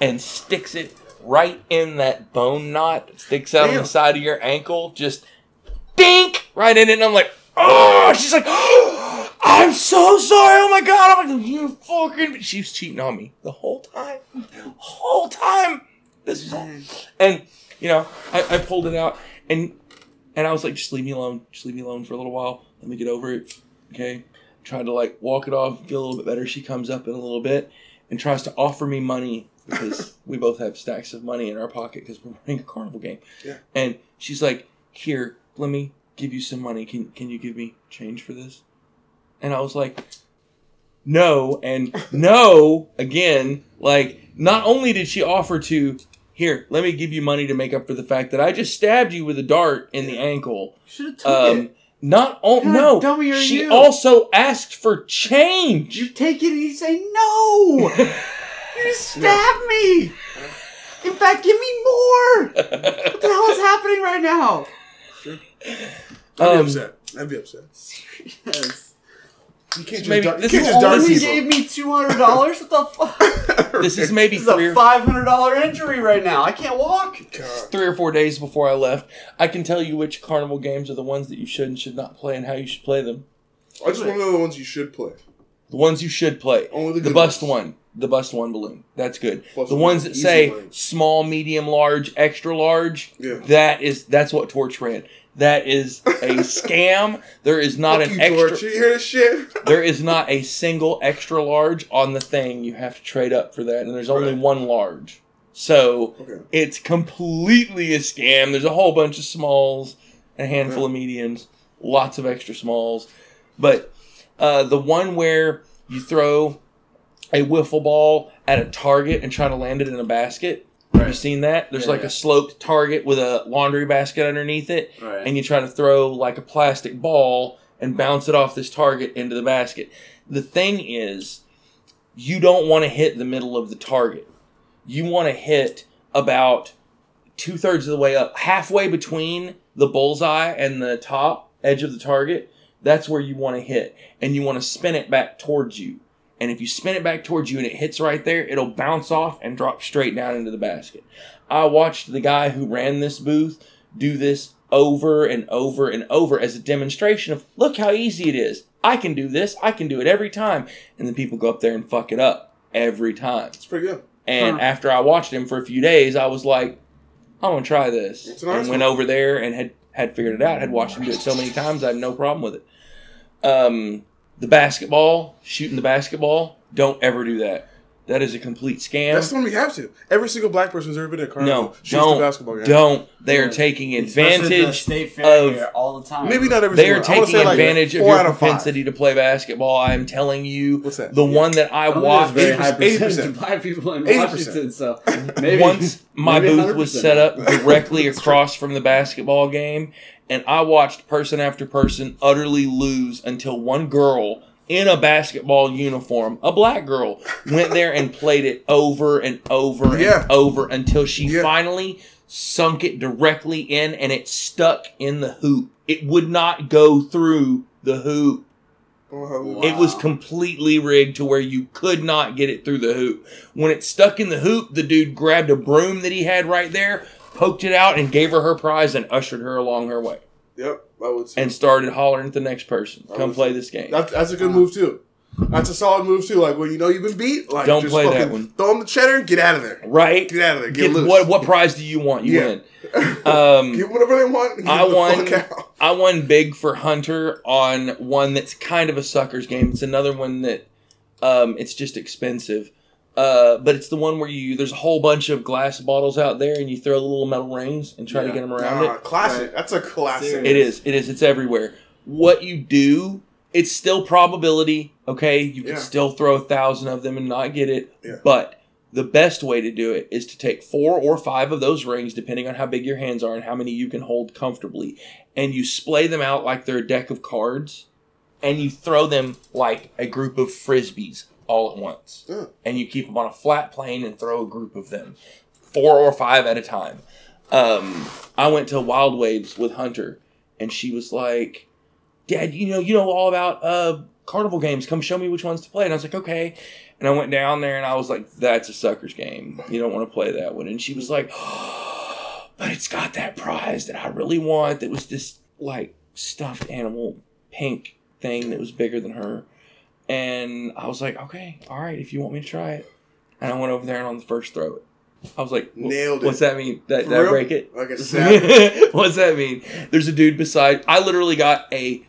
and sticks it right in that bone knot that sticks out on Damn. the side of your ankle, just dink right in it. And I'm like, oh, she's like, oh, I'm so sorry. Oh my God. I'm like, you fucking. She was cheating on me the whole time. Whole time. This was, and, you know, I, I pulled it out and and I was like, just leave me alone. Just leave me alone for a little while. Let me get over it. Okay. Tried to like walk it off, feel a little bit better. She comes up in a little bit and tries to offer me money because we both have stacks of money in our pocket because we're running a carnival game. Yeah. And she's like, here, let me give you some money. Can can you give me change for this? And I was like, no, and no again. Like, not only did she offer to here, let me give you money to make up for the fact that I just stabbed you with a dart in the ankle. Should have took Um, it. not oh God, no, dummy are she you. also asked for change. You take it and you say no. you stab me. In fact, give me more. What the hell is happening right now? I'd be Um, upset. I'd be upset. Serious. You can't just, maybe- dar- you this can't is just dart Only people. gave me two hundred dollars. What the fuck? this is maybe This is three a or, five hundred dollar injury right now. I can't walk. God. three or four days before I left. I can tell you which carnival games are the ones that you should and should not play and how you should play them. I just want to know the ones you should play. The ones you should play. Oh, Only the the good bust ones. one. the bust one balloon. That's good. Plus the one, ones that easy say one. small, medium, large, extra large, Yeah. that is that's what Torch read. That is a scam. There is not Fuck an you, extra. George. You hear this shit? There is not a single extra large on the thing. You have to trade up for that, and there's only Right. one large. So Okay. it's completely a scam. There's a whole bunch of smalls, a handful of mediums, lots of extra smalls. But uh, the one where you throw a wiffle ball at a target and try to land it in a basket. Have you Right. seen that? There's Yeah, like yeah. a sloped target with a laundry basket underneath it, Right. and you try to throw like a plastic ball and bounce it off this target into the basket. The thing is, you don't want to hit the middle of the target. You want to hit about two thirds of the way up, halfway between the bullseye and the top edge of the target. That's where you want to hit, and you want to spin it back towards you. And if you spin it back towards you and it hits right there, it'll bounce off and drop straight down into the basket. I watched the guy who ran this booth do this over and over and over as a demonstration of look how easy it is. I can do this. I can do it every time. And then people go up there and fuck it up every time. It's pretty good. And Huh. after I watched him for a few days, I was like, I'm gonna try this. It's a nice and went one. over there and had had figured it out. Had watched him do it so many times, I had no problem with it. Um, the basketball, shooting the basketball, don't ever do that. That is a complete scam. That's the one we have to. Every single black person who's ever been at Carnival no, shoots don't, the basketball game. don't. They are Yeah. taking Especially at the advantage. state fair of- here all the time. Maybe not every They single are one. I wanna taking say like advantage of four your out five. propensity to play basketball. I am telling you, What's that? the Yeah. one that I Watch watched very high 80%. percentage of black people in 80%. Washington, so maybe once my maybe booth was 100%. set up directly across from the basketball game, and I watched person after person utterly lose until one girl in a basketball uniform, a black girl, went there and played it over and over and Yeah. over until she Yeah. finally sunk it directly in and it stuck in the hoop. It would not go through the hoop. Oh, hallelujah. It was Wow. completely rigged to where you could not get it through the hoop. When it stuck in the hoop, the dude grabbed a broom that he had right there, poked it out, and gave her her prize and ushered her along her way Yep, I would too. and started hollering at the next person, That "Come was- play this game." That, that's a good move too. That's a solid move too. Like when you know you've been beat, like Don't just play that fucking one. Throw him the cheddar. and Get out of there. Right? Get out of there. Get, Get- loose. what what prize do you want? You Yeah. win. Um, Get whatever they want. and I get the won. fuck out. I won big for Hunter on one that's kind of a sucker's game. It's another one that um, it's just expensive. Uh, but it's the one where you there's a whole bunch of glass bottles out there and you throw little metal rings and try to Yeah. get them around Nah, classic. That's a classic. Serious. it. It is. It is. It's everywhere. What you do, it's still probability. Okay, you can Yeah. still throw a thousand of them and not get it. Yeah. But the best way to do it is to take four or five of those rings, depending on how big your hands are and how many you can hold comfortably, and you splay them out like they're a deck of cards, and you throw them like a group of frisbees all at once, Yeah. and you keep them on a flat plane and throw a group of them, four or five at a time. Um, I went to Wild Waves with Hunter, and she was like, "Dad, you know, you know all about uh, carnival games. Come show me which ones to play." And I was like, "Okay." And I went down there, and I was like, "That's a sucker's game. You don't want to play that one." And she was like, "But it's got that prize that I really want. That was this like stuffed animal pink thing that was bigger than her." And I was like, "Okay, all right, if you want me to try it." And I went over there, and on the first throw, it. I was like, "Wha- Nailed it. What's that mean? That, For that real? break it? Like a savage. What's that mean? There's a dude beside. I literally got a.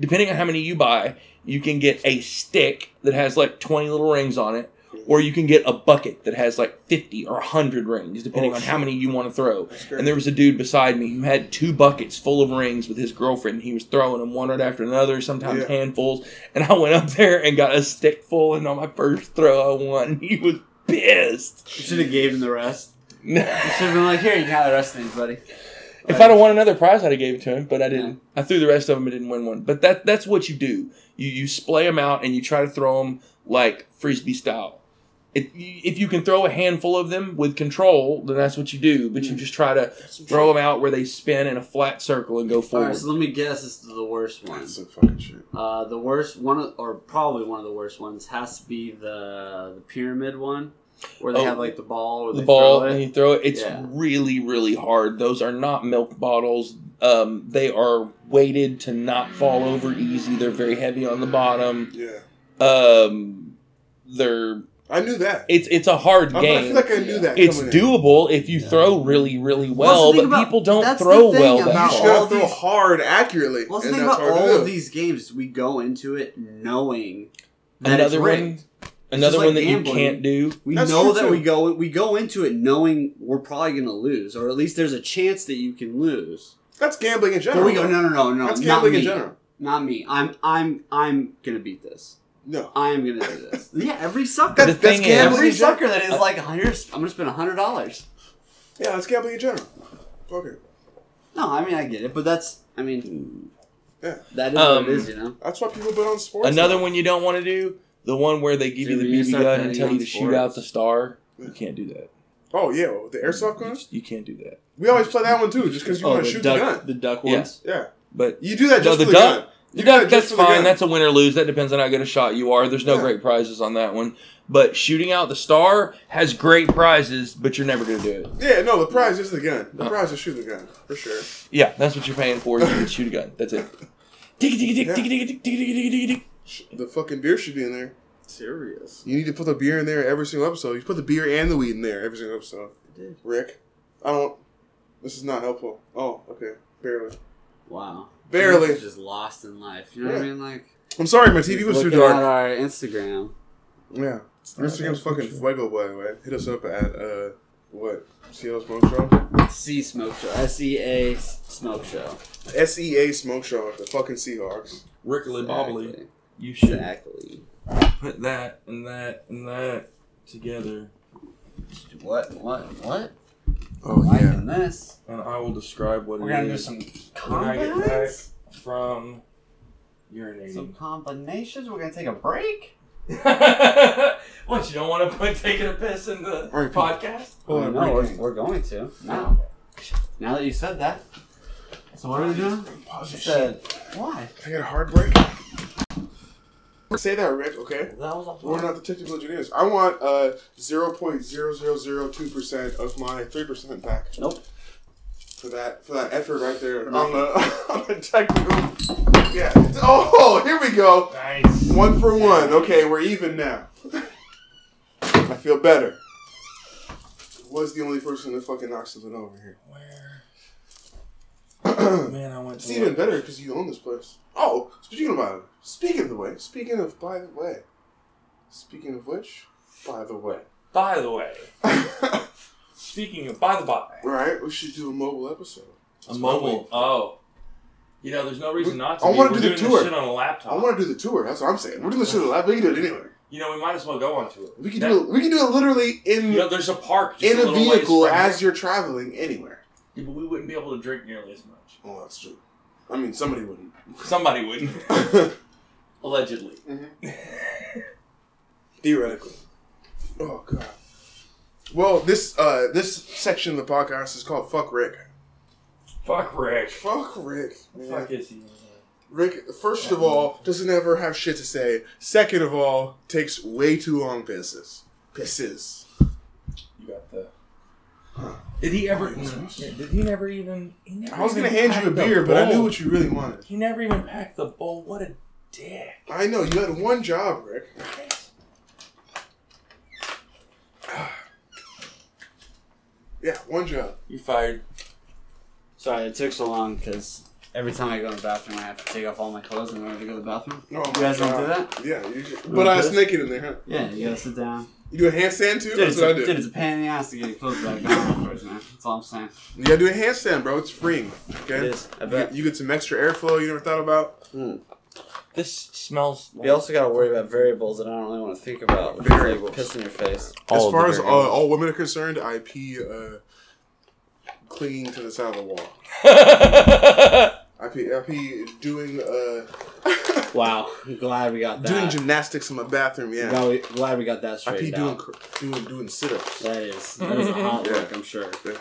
Depending on how many you buy, you can get a stick that has like 20 little rings on it, or you can get a bucket that has like 50 or 100 rings, depending Oh, on shit. how many you want to throw. That's great. And there was a dude beside me who had two buckets full of rings with his girlfriend. He was throwing them one right after another, sometimes Yeah. handfuls. And I went up there and got a stick full, and on my first throw, I won. And he was pissed. You should have gave him the rest. You should have been like, here, you can have the rest of these, buddy. If I'd have won another prize, I'd have gave it to him, but I didn't. I threw the rest of them and didn't win one. But that that's what you do. You you splay them out and you try to throw them like frisbee style. If you, if you can throw a handful of them with control, then that's what you do. But you Mm. just try to throw them out where they spin in a flat circle and go All forward. right, so let me guess. This is the worst one. That's some fucking shit. Uh, the worst one, of- or probably one of the worst ones, has to be the the pyramid one, where they Oh, have like the ball or the ball Throw and it. you throw it. It's Yeah. really really hard. Those are not milk bottles. Um, they are weighted to not fall over easy. They're very heavy on the bottom. Yeah. um they're I knew that. It's it's a hard I, I game. feel like I knew that. it's coming in. doable if you throw really, really Well, well, that's the but thing about- people don't that's the throw thing well. that about You hard. just all gotta throw these- hard accurately. Well, that's and the thing that's about hard all to do. of these games. is We go into it knowing that another it's one, rigged. another just like one that you gambling. can't do. We That's know true, that too. we go we go into it knowing we're probably going to lose, or at least there's a chance that you can lose. That's gambling in But general. we go, no, no, no, no, That's not gambling me, in general. not me. I'm I'm I'm going to beat this. No. I am going to do this. yeah, every sucker. That- The that's thing is- gambling every in general. sucker that is like, here's I'm going to spend hundred dollars. Yeah, that's gambling in general. Okay. No, I mean I get it, but that's I mean Yeah. that is Um, what it is, you know. That's why people bet on sports. Another now. one you don't want to do, the one where they give Dude, when you you the BB start gun betting and tell on you to shoot sports. out the star. You can't do that. Oh, yeah. well, The airsoft You, gun? you can't do that. We always play that one too, just Oh, because you want to shoot the gun. the duck Yeah. ones. Yeah. But You do that No, just the for the duck- gun. the You duck- do that just that's for the fine. gun. That's a win or lose. That depends on how good a shot you are. There's no Yeah. great prizes on that one. But shooting out the star has great prizes, but you're never going to do it. Yeah, no, the prize is the gun. The Oh. prize is shooting the gun, for sure. Yeah, that's what you're paying for. You can shoot a gun. That's it. Diggy, diggy, diggy, Yeah. diggy, diggy, diggy, diggy, diggy, diggy. The fucking beer should be in there. Serious. You need to put the beer in there every single episode. You put the beer and the weed in there every single episode. Rick, I don't. This is not helpful. Oh, okay. Barely. Wow. Barely. Just lost in life. You know what I Yeah. mean? Like I'm sorry, my TV was too looking At dark. our Instagram. Yeah. not Instagram's helpful, fucking sure. Fuego, by the way. Hit us up at, uh, what? CL Smoke Show? C Smoke Show. S E A Smoke Show. SEA E Smoke Show, the fucking Seahawks. Rick Libobbly, Exactly. you should Exactly. put that and that and that together, What? What? What? Oh, Like in this. and I will describe what We're it gonna do is some when I get combines. back from urinating. Some combinations. We're gonna take a break. what you don't want to put taking a piss in the Alright, people. podcast? Hold Oh, on, no, we're, break. we're going to now. Now that you said that. So what are we doing? Oh, Pause your It's shit. a- why? I got a hard break. Say that, Rick, okay? That was a hard- We're not the technical engineers. I want uh, 0.0002% of my 3% back. Nope. For that for that effort right there on the, on the technical. Yeah. Oh, here we go. Nice. One for one. Okay, we're even now. I feel better. Was the only person that fucking knocked something over here. Where? Man, I went It's to. even look. better because you own this place. Oh, speaking about speaking of the way, speaking of by the way, speaking of which, by the way, By the way, speaking of by the by, right? We should do a mobile episode. a mobile. Oh, you know, there's no reason We- not to. I be. wanna We're do the doing this tour. shit on a laptop. I want to do the tour. That's what I'm saying. We're doing this shit live. We can do it anywhere. You know, we might as well go on tour. We can That- do it. We can do it literally in You know, there's a park just in a little ways vehicle from as here. you're traveling anywhere. Yeah, but we wouldn't be able to drink nearly as much. Oh, that's true. I mean, somebody wouldn't. Somebody would, allegedly. Theoretically. Oh god. Well, this uh this section of the podcast is called "Fuck Rick." Fuck Rick. Fuck Rick. man. Fuck is he? Rick, first of all, doesn't ever have shit to say. Second of all, takes way too long pisses. Pisses. You got the. Did he ever? Yeah, did he never even? He never I was gonna even hand you a packed the beer, but I knew bowl. what you really wanted. He never even packed the bowl. What a dick. I know you had one job, Rick. Yeah, one job. You fired. Sorry, it took so long because every time I go to the bathroom, I have to take off all my clothes in order to go to the bathroom. Oh, You guys don't do that? Yeah, you should. but I was piss? naked in there. Huh? Yeah, you gotta sit down. You do a handstand too. Dude, That's it's, what I a, do. dude, it's a pain in the ass to get your clothes back on afterwards, man. That's all I'm saying. You gotta do a handstand, bro. It's freeing. Okay. It is, I You bet. get- You get some extra airflow you never thought about. This smells. You also gotta worry about variables that I don't really want to think about. like Variables. piss in your face. as far as uh, all women are concerned, I pee uh, clinging to the side of the wall. I pee, I pee doing uh, Wow, I'm glad we got that. doing gymnastics in my bathroom. Yeah. Glad we, glad we got that I straight pee doing down. Oh, cr- doing doing sit-ups. That is that is a hot Yeah. look, I'm sure. Yeah.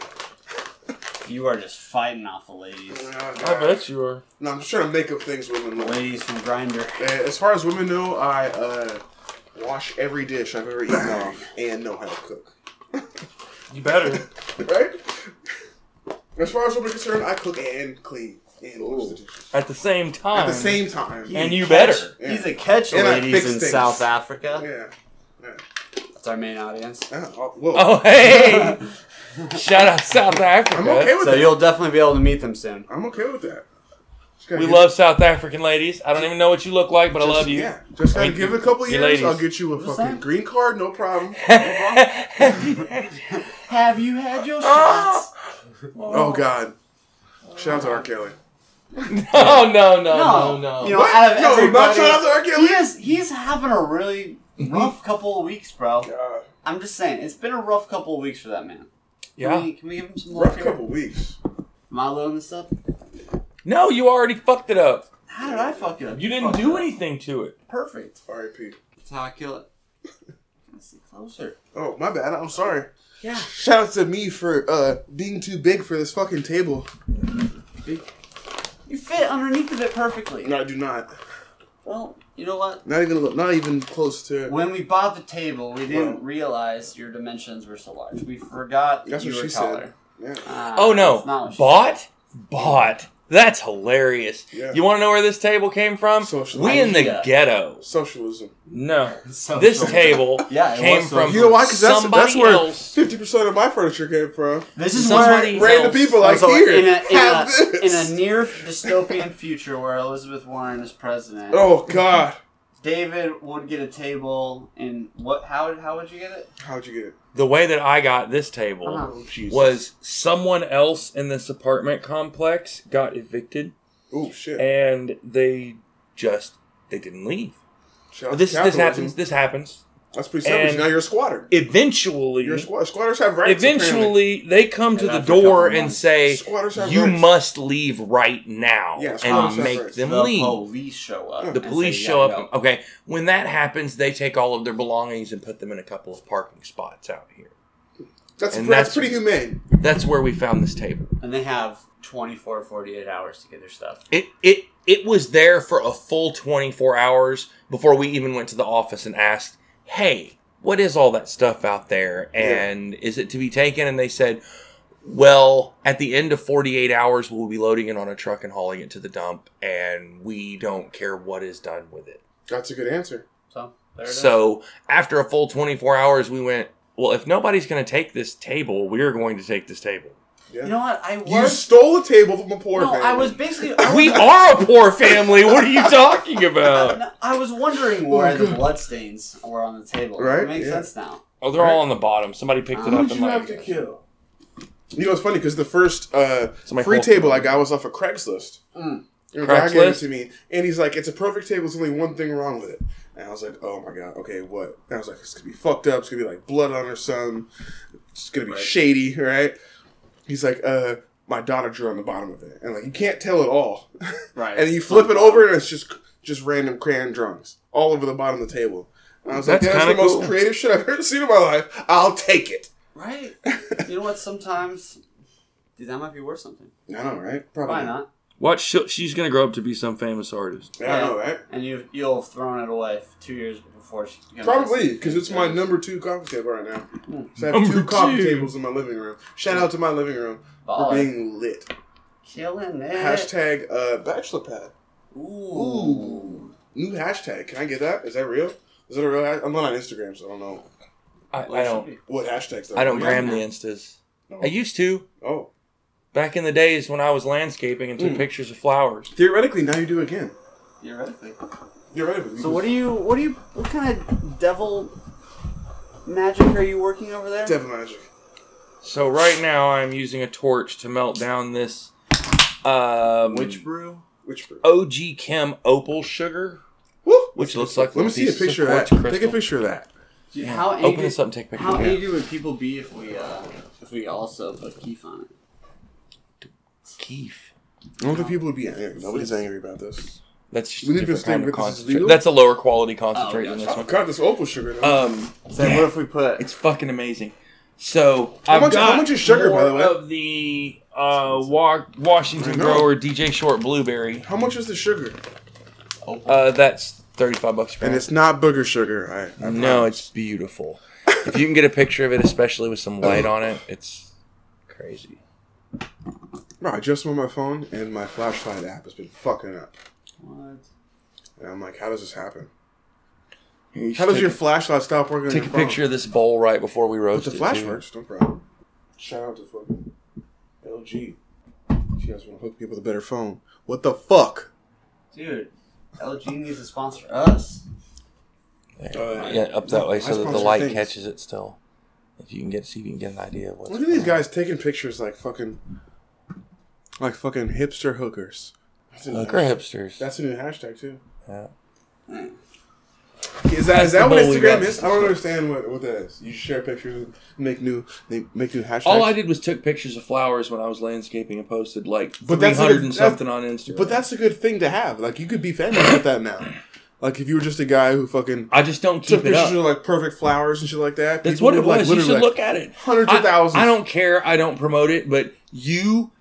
You are just fighting off the ladies. I bet you are. No, I'm just trying to make up things women like. Ladies from Grinder. Uh, As far as women know, I uh, wash every dish I've ever eaten off and know how to cook. You better. Right? As far as women are concerned, I cook and clean and wash the dishes At the same time. at the same time. And you Catch- better. Yeah. He's a catch, And I ladies fix in things. South Africa. Yeah. yeah. It's our main audience. Ah, oh, whoa. Oh, hey! Shout out South Africa. I'm okay with So that. you'll definitely be able to meet them soon. I'm okay with that. Just gotta We get- love South African ladies. I don't even know what you look like, but I just- love you. Yeah, just I gotta mean, give it a couple you years. ladies. I'll get you a What's fucking that? green card, no problem. Have you had your shots? oh God. Shout out to R. Kelly. Oh, no, no, no, No, no. You know, out of No, we're not everybody, shout out to R. he Kelly. is, he's having a really rough couple of weeks, bro. God, I'm just saying, it's been a rough couple of weeks for that man. Can yeah. we, can we give him some love rough here? couple weeks. Am I loading this up? No, you already fucked it up. How did I fuck it up? You didn't Fucked it do up. anything to it. Perfect. R.I.P. That's how I kill it. Let's see closer. Oh my bad. I'm sorry. Yeah. Shout out to me for uh, being too big for this fucking table. You fit underneath of it perfectly. No, I do not. Well, you know what? Not even a little- not even close to it. When we bought the table, we Well- didn't realize your dimensions were so large. We forgot That's you what were she taller. said. Yeah. Uh, Oh that's not no. what she Bought? Bought. That's hilarious. Yeah. You want to know where this table came from? Social we in the media. ghetto. Socialism. No. said. So This short. table Yeah, it came was from social- You know why? Because that's, somebody that's where else. fifty percent of my furniture came from. This is Somebody- where. Random Else. people like so here in a, in, have a, in this. a near dystopian future where Elizabeth Warren is president, oh God! David would get a table. And what? How? How would you get it? How'd you get it? The way that I got this table Uh-huh. Oh Jesus! was someone else in this apartment complex got evicted Oh shit! and they just they didn't leave. Shout out to This this capitalism. happens. This happens. That's pretty selfish. and- now you're a squatter. Eventually, You're a squatter. Squatters have rights. apparently. eventually they come to And the after a couple door and months, say, squatters have "You rights. must leave right now," Yeah, squatters and have make rights. them the leave. police show up. Hmm. the and police say, show "Yeah, up. Okay, when that happens, they take all of their belongings and put them in a couple of parking spots out here. That's and that's that's- pretty humane. That's where we found this table. go." And they have 24, 48 hours to get their stuff. It it it was there for a full 24 hours before we even went to the office and asked, "Hey, what is all that stuff out there and is it to be taken?" And they said, "Well, at the end of 48 hours we'll be loading it on a truck and hauling it to the dump and we don't care what is done with it." That's a good answer. So there it is. So, after a full 24 hours we went, "Well, if nobody's going to take this table, we're going to take this table." Yeah. you know what? I You was. stole a table from a poor No, family. I was basically. I was, uh, We are a poor family. What are you talking about? No, I was wondering where the bloodstains were on the table. Oh Right, It makes yeah. sense now. Oh, they're all on the bottom. Somebody picked it Who up did and like kill? You know, it's funny because the first uh, Somebody free hold- table I got was off of Craigslist. Mm. And a guy gave it Craigslist? to me, and he's like, "It's a perfect table. There's only one thing wrong with it." And I was like, "Oh my god, okay, what?" And I was like, "It's gonna be fucked up. It's gonna be like blood on it or something. It's gonna be Right. shady, right?" He's like, "Uh, my daughter drew on the bottom of it, and like you can't tell at all." Right. and then you flip it over, and it's just just random crayon drawings all over the bottom of the table. And I was like, That's "That's the kinda most cool. creative shit I've ever seen in my life. I'll take it." Right. You know what? Sometimes, dude, that might be worth something. I know, right? Probably Why not? What? She'll, she's gonna grow up to be some famous artist. Yeah, I know, right? And you you'll have thrown it away f- two years before she. becomes- Probably because it's my number two coffee table right Hmm. now. So I have Number two coffee two. tables in my living room. Shout out to my living room for Baller. being lit. Killing it. Hashtag uh, bachelor pad. Ooh. Ooh. New hashtag. Can I get that? Is that real? Is that a real? ha- I'm not on Instagram, so I don't know I, Well, I it should don't. be. what hashtags. That I don't are. gram the instas. No. I used to Oh, back in the days when I was landscaping and took Hmm. Mm. pictures of flowers. theoretically, now you do again. Theoretically. Theoretically. So what do you? What do you? What kind of devil magic are you working over there? Devil magic. So right now I'm using a torch to melt down this um, Witch brew. Which brew? OG Chem opal sugar. Woo! Uh, Which looks like Let me little see a pieces of picture of that. quartz Take a crystal. picture of that. Dude, How angry? Open this up and take a picture. How angry would people be if we uh, if we also put Keef on it? Keef. I don't think people would be angry. Nobody's angry about this. That's just We a need to different stay kind of with this is concentrate. legal? That's a lower quality concentrate than Oh, gotcha. this I one. got Oh, this opal sugar. Now. Um, So what if we put? It's fucking amazing. So I've much- how got much is sugar, more by the way? of the uh, wa- Washington I know. grower DJ Short Blueberry. How much is the sugar? Uh, that's thirty-five bucks. a And gram. it's not booger sugar. I, I no, promise. it's beautiful. if you can get a picture of it, especially with some light on it, it's crazy. Bro, I just went on my phone and my flashlight app has been fucking up. What? And I'm like, how does this happen? Here, you How should does take your a- flashlight stop working? on take a your phone? picture of this bowl right before we With roast the it, flash too. first, no problem. Shout out to fucking LG. If you guys want to hook me up with a better phone, what the fuck? Dude, LG needs to sponsor us. Uh, Yeah, up that way I so that the sponsor light things. catches it still. If you can get, see if you can get an idea of what's. Look at these going on. guys taking pictures like fucking, like fucking hipster hookers. That's a new Look, we're hashtag. hipsters. That's a new hashtag too. Yeah. Is that is That's that the what bowl we Instagram got. is? I don't understand what, what that is. You share pictures, and make new, they make new hashtags. All I did was took pictures of flowers when I was landscaping and posted like But three that's hundred a- and that's- something on Instagram. But that's a good thing to have. Like you could be famous with that now. Like if you were just a guy who fucking I just don't took keep it pictures up. of like perfect flowers and shit like that. That's people what it would, like, was. You literally, should like, look at it. hundreds I, of thousands. I don't care. I don't promote it, but you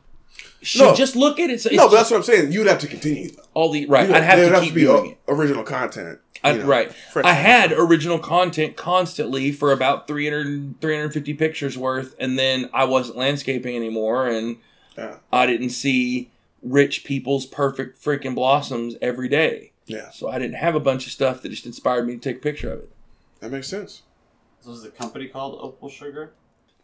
should No. just look at it. It's, it's No, but that's just what I'm saying. You'd have to continue. though. all the right. You'd I'd have there'd to keep doing it. o- original content. I, you know, right. fresh I had original content constantly for about 300, 350 pictures worth, and then I wasn't landscaping anymore, and Yeah. I didn't see rich people's perfect freaking blossoms every day. Yeah, So I didn't have a bunch of stuff that just inspired me to take a picture of it. that makes sense. This was a company called Opal Sugar.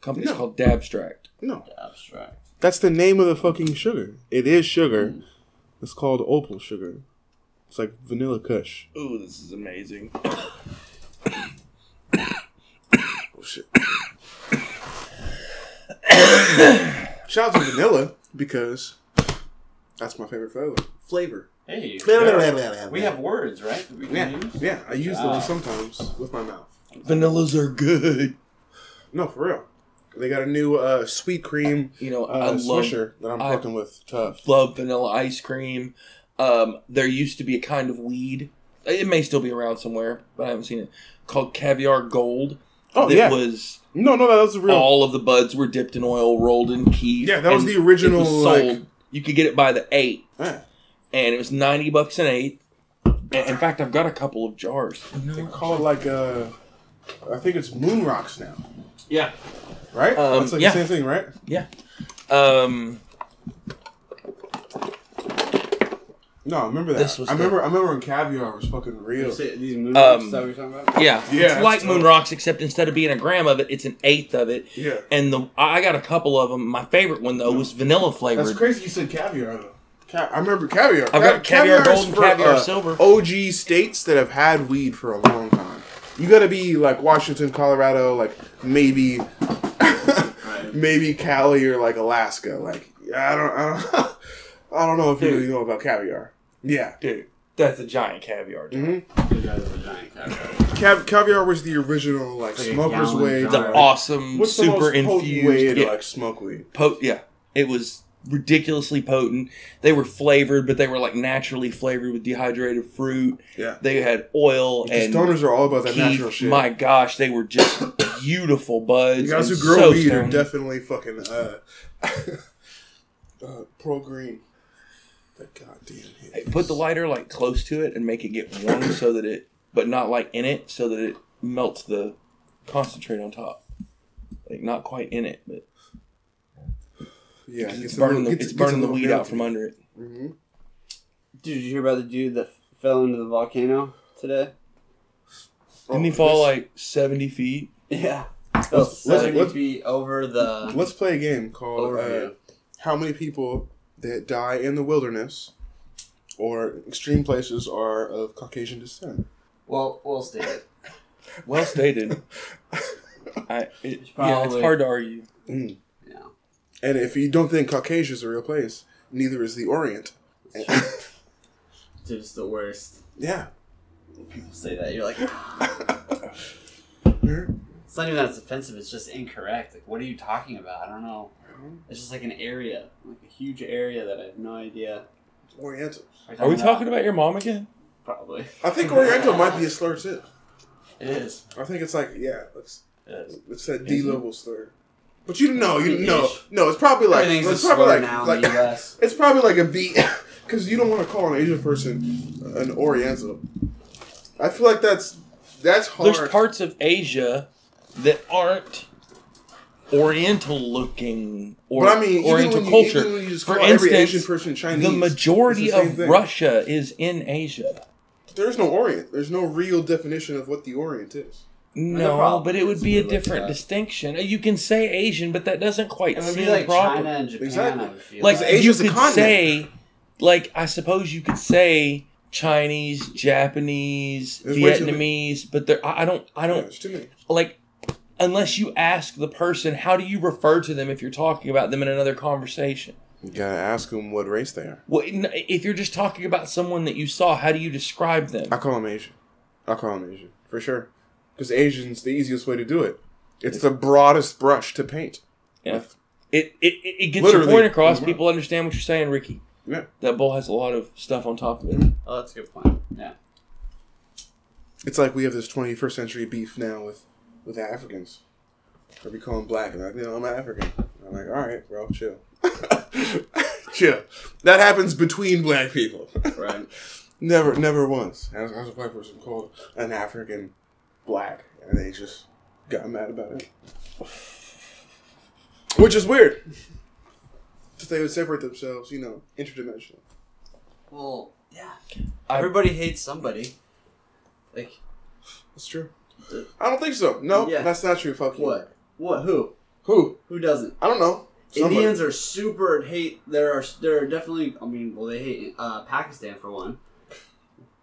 The company's No. called Dabstract. No, Abstract. that's the name of the fucking sugar. It is sugar. Mm. It's called opal sugar. It's like vanilla Kush. Ooh, this is amazing. Oh shit. Shout out to vanilla because that's my favorite flavor. Flavor. Hey, we Yeah, have words, right? That we can use. yeah. I use Ah. them sometimes with my mouth. Vanillas are good. No, for real. They got a new uh, sweet cream You know, uh, I love swisher that I'm I- fucking with tough. love vanilla ice cream. Um, there used to be a kind of weed. It may still be around somewhere, but I haven't seen it. Called caviar gold. Oh, that yeah. was No, no, that was real. all of the buds were dipped in oil, rolled in keef. yeah, that was and the it original. sold. Like, You could get it by the eight, yeah. and it was ninety bucks an eight. And in fact, I've got a couple of jars. They call it like uh, I think it's moon rocks now, Yeah. right? Um, That's like yeah. the same thing, right? Yeah. Um, No, I remember that. This was I remember. I remember when caviar was fucking real. You say these movies Um, that we're talking about? yeah. Yeah, It's like that's moon totally- rocks, except instead of being a gram of it, it's an eighth of it. Yeah, And the I I got a couple of them. My favorite one though was vanilla flavored. that's crazy. You said caviar though. Ca- I remember caviar. I've got caviar gold and caviar silver. OG states that have had weed for a long time. You gotta be like Washington, Colorado, like maybe, maybe Cali or like Alaska. Like I don't, I don't, I don't know if you really know about caviar. Yeah, dude, that's a giant caviar. Dude. Good guy with a giant cat. Cav- caviar was the original like Like a smoker's gallon way. jar. The to, like, awesome, what's the super most potent way infused. to Yeah, like smoke weed? po- yeah, it was ridiculously potent. They were flavored, but they were like naturally flavored with dehydrated fruit. Yeah, They had oil and stoners are all about that keef. natural shit. My gosh, they were just beautiful buds. You guys and who grow so weed are stoned. definitely fucking uh, uh, pro green. That goddamn hit. Hey, Put the lighter like close to it and make it get warm so that it, but not like in it, so that it melts the concentrate on top. Like not quite in it, but yeah, it's, gets a burning little- the, gets- gets it's a burning the little weed out melty. from under it. Mhm. Dude, did you hear about the dude that fell into the volcano today? Didn't he Oh, fall let's- like seventy feet? Yeah. Fell Let's- let's- 70 let's- feet over the. Let's play a game Oh, called uh, Overview. "How many people that die in the wilderness or extreme places are of Caucasian descent?" Well, we'll state it. Well stated. I, it, yeah, it's probably- hard to argue. Mm. Yeah. And if you don't think Caucasia is a real place, neither is the Orient. Dude, it's the worst. yeah. People say that. You're like, Where- it's not even that it's offensive, it's just incorrect. Like, what are you talking about? I don't know. It's just like an area, like a huge area that I have no idea. Oriental. Are we talking about your mom again? Probably. I think Oriental might be a slur too. It is. I think it's like yeah, it's, It is. it's that D Isn't it? level slur. But you know, you Ish. know, no, it's probably like Everything's a it's slur probably like, now in like the U.S. it's probably like a B, because you don't want to call an Asian person an Oriental. I feel like that's that's hard. There's parts of Asia that aren't Oriental looking or but I mean, Oriental even when you, culture. even when you just For call every instance, Asian person Chinese, the majority it's the same of thing. Russia is in Asia. There's no Orient. There's no real definition of what the Orient is. No No, problem. but it would be Something a like different that. distinction. You can say Asian, but that doesn't quite It would seem be like proper. China and Japan. Exactly. I would feel Like like, Asia's you a could continent. say, like I suppose you could say Chinese, Japanese, There's way too Vietnamese, but there I, I don't I Yeah, don't there's too many. like unless you ask the person how do you refer to them if you're talking about them in another conversation. You gotta ask them what race they are. Well, n- if you're just talking about someone that you saw, how do you describe them? I call them Asian. I call them Asian for sure, because Asian's the easiest way to do it. It's the broadest brush to paint. Yeah. With- It it, it it gets Literally. your point across. Mhm. People understand what you're saying, Ricky. Yeah. That bowl has a lot of stuff on top of it. oh, that's a good point. Yeah. It's like we have this 21st century beef now with with Africans. Or we call them black, and like, you know, I'm African. And I'm like, all right, bro, chill, chill. That happens between black people. Right. Never, never once. I was, I was a white person called an African black, and they just got mad about it, which is weird. That they would separate themselves, you know, interdimensional. Well, yeah. I- Everybody hates somebody. Like That's true. I don't think so. No, Yeah. that's not true. Fuck you. what? What? Who? Who? Who doesn't? I don't know. Indians are super hate. There are there are definitely. I mean, well, they hate uh, Pakistan for one.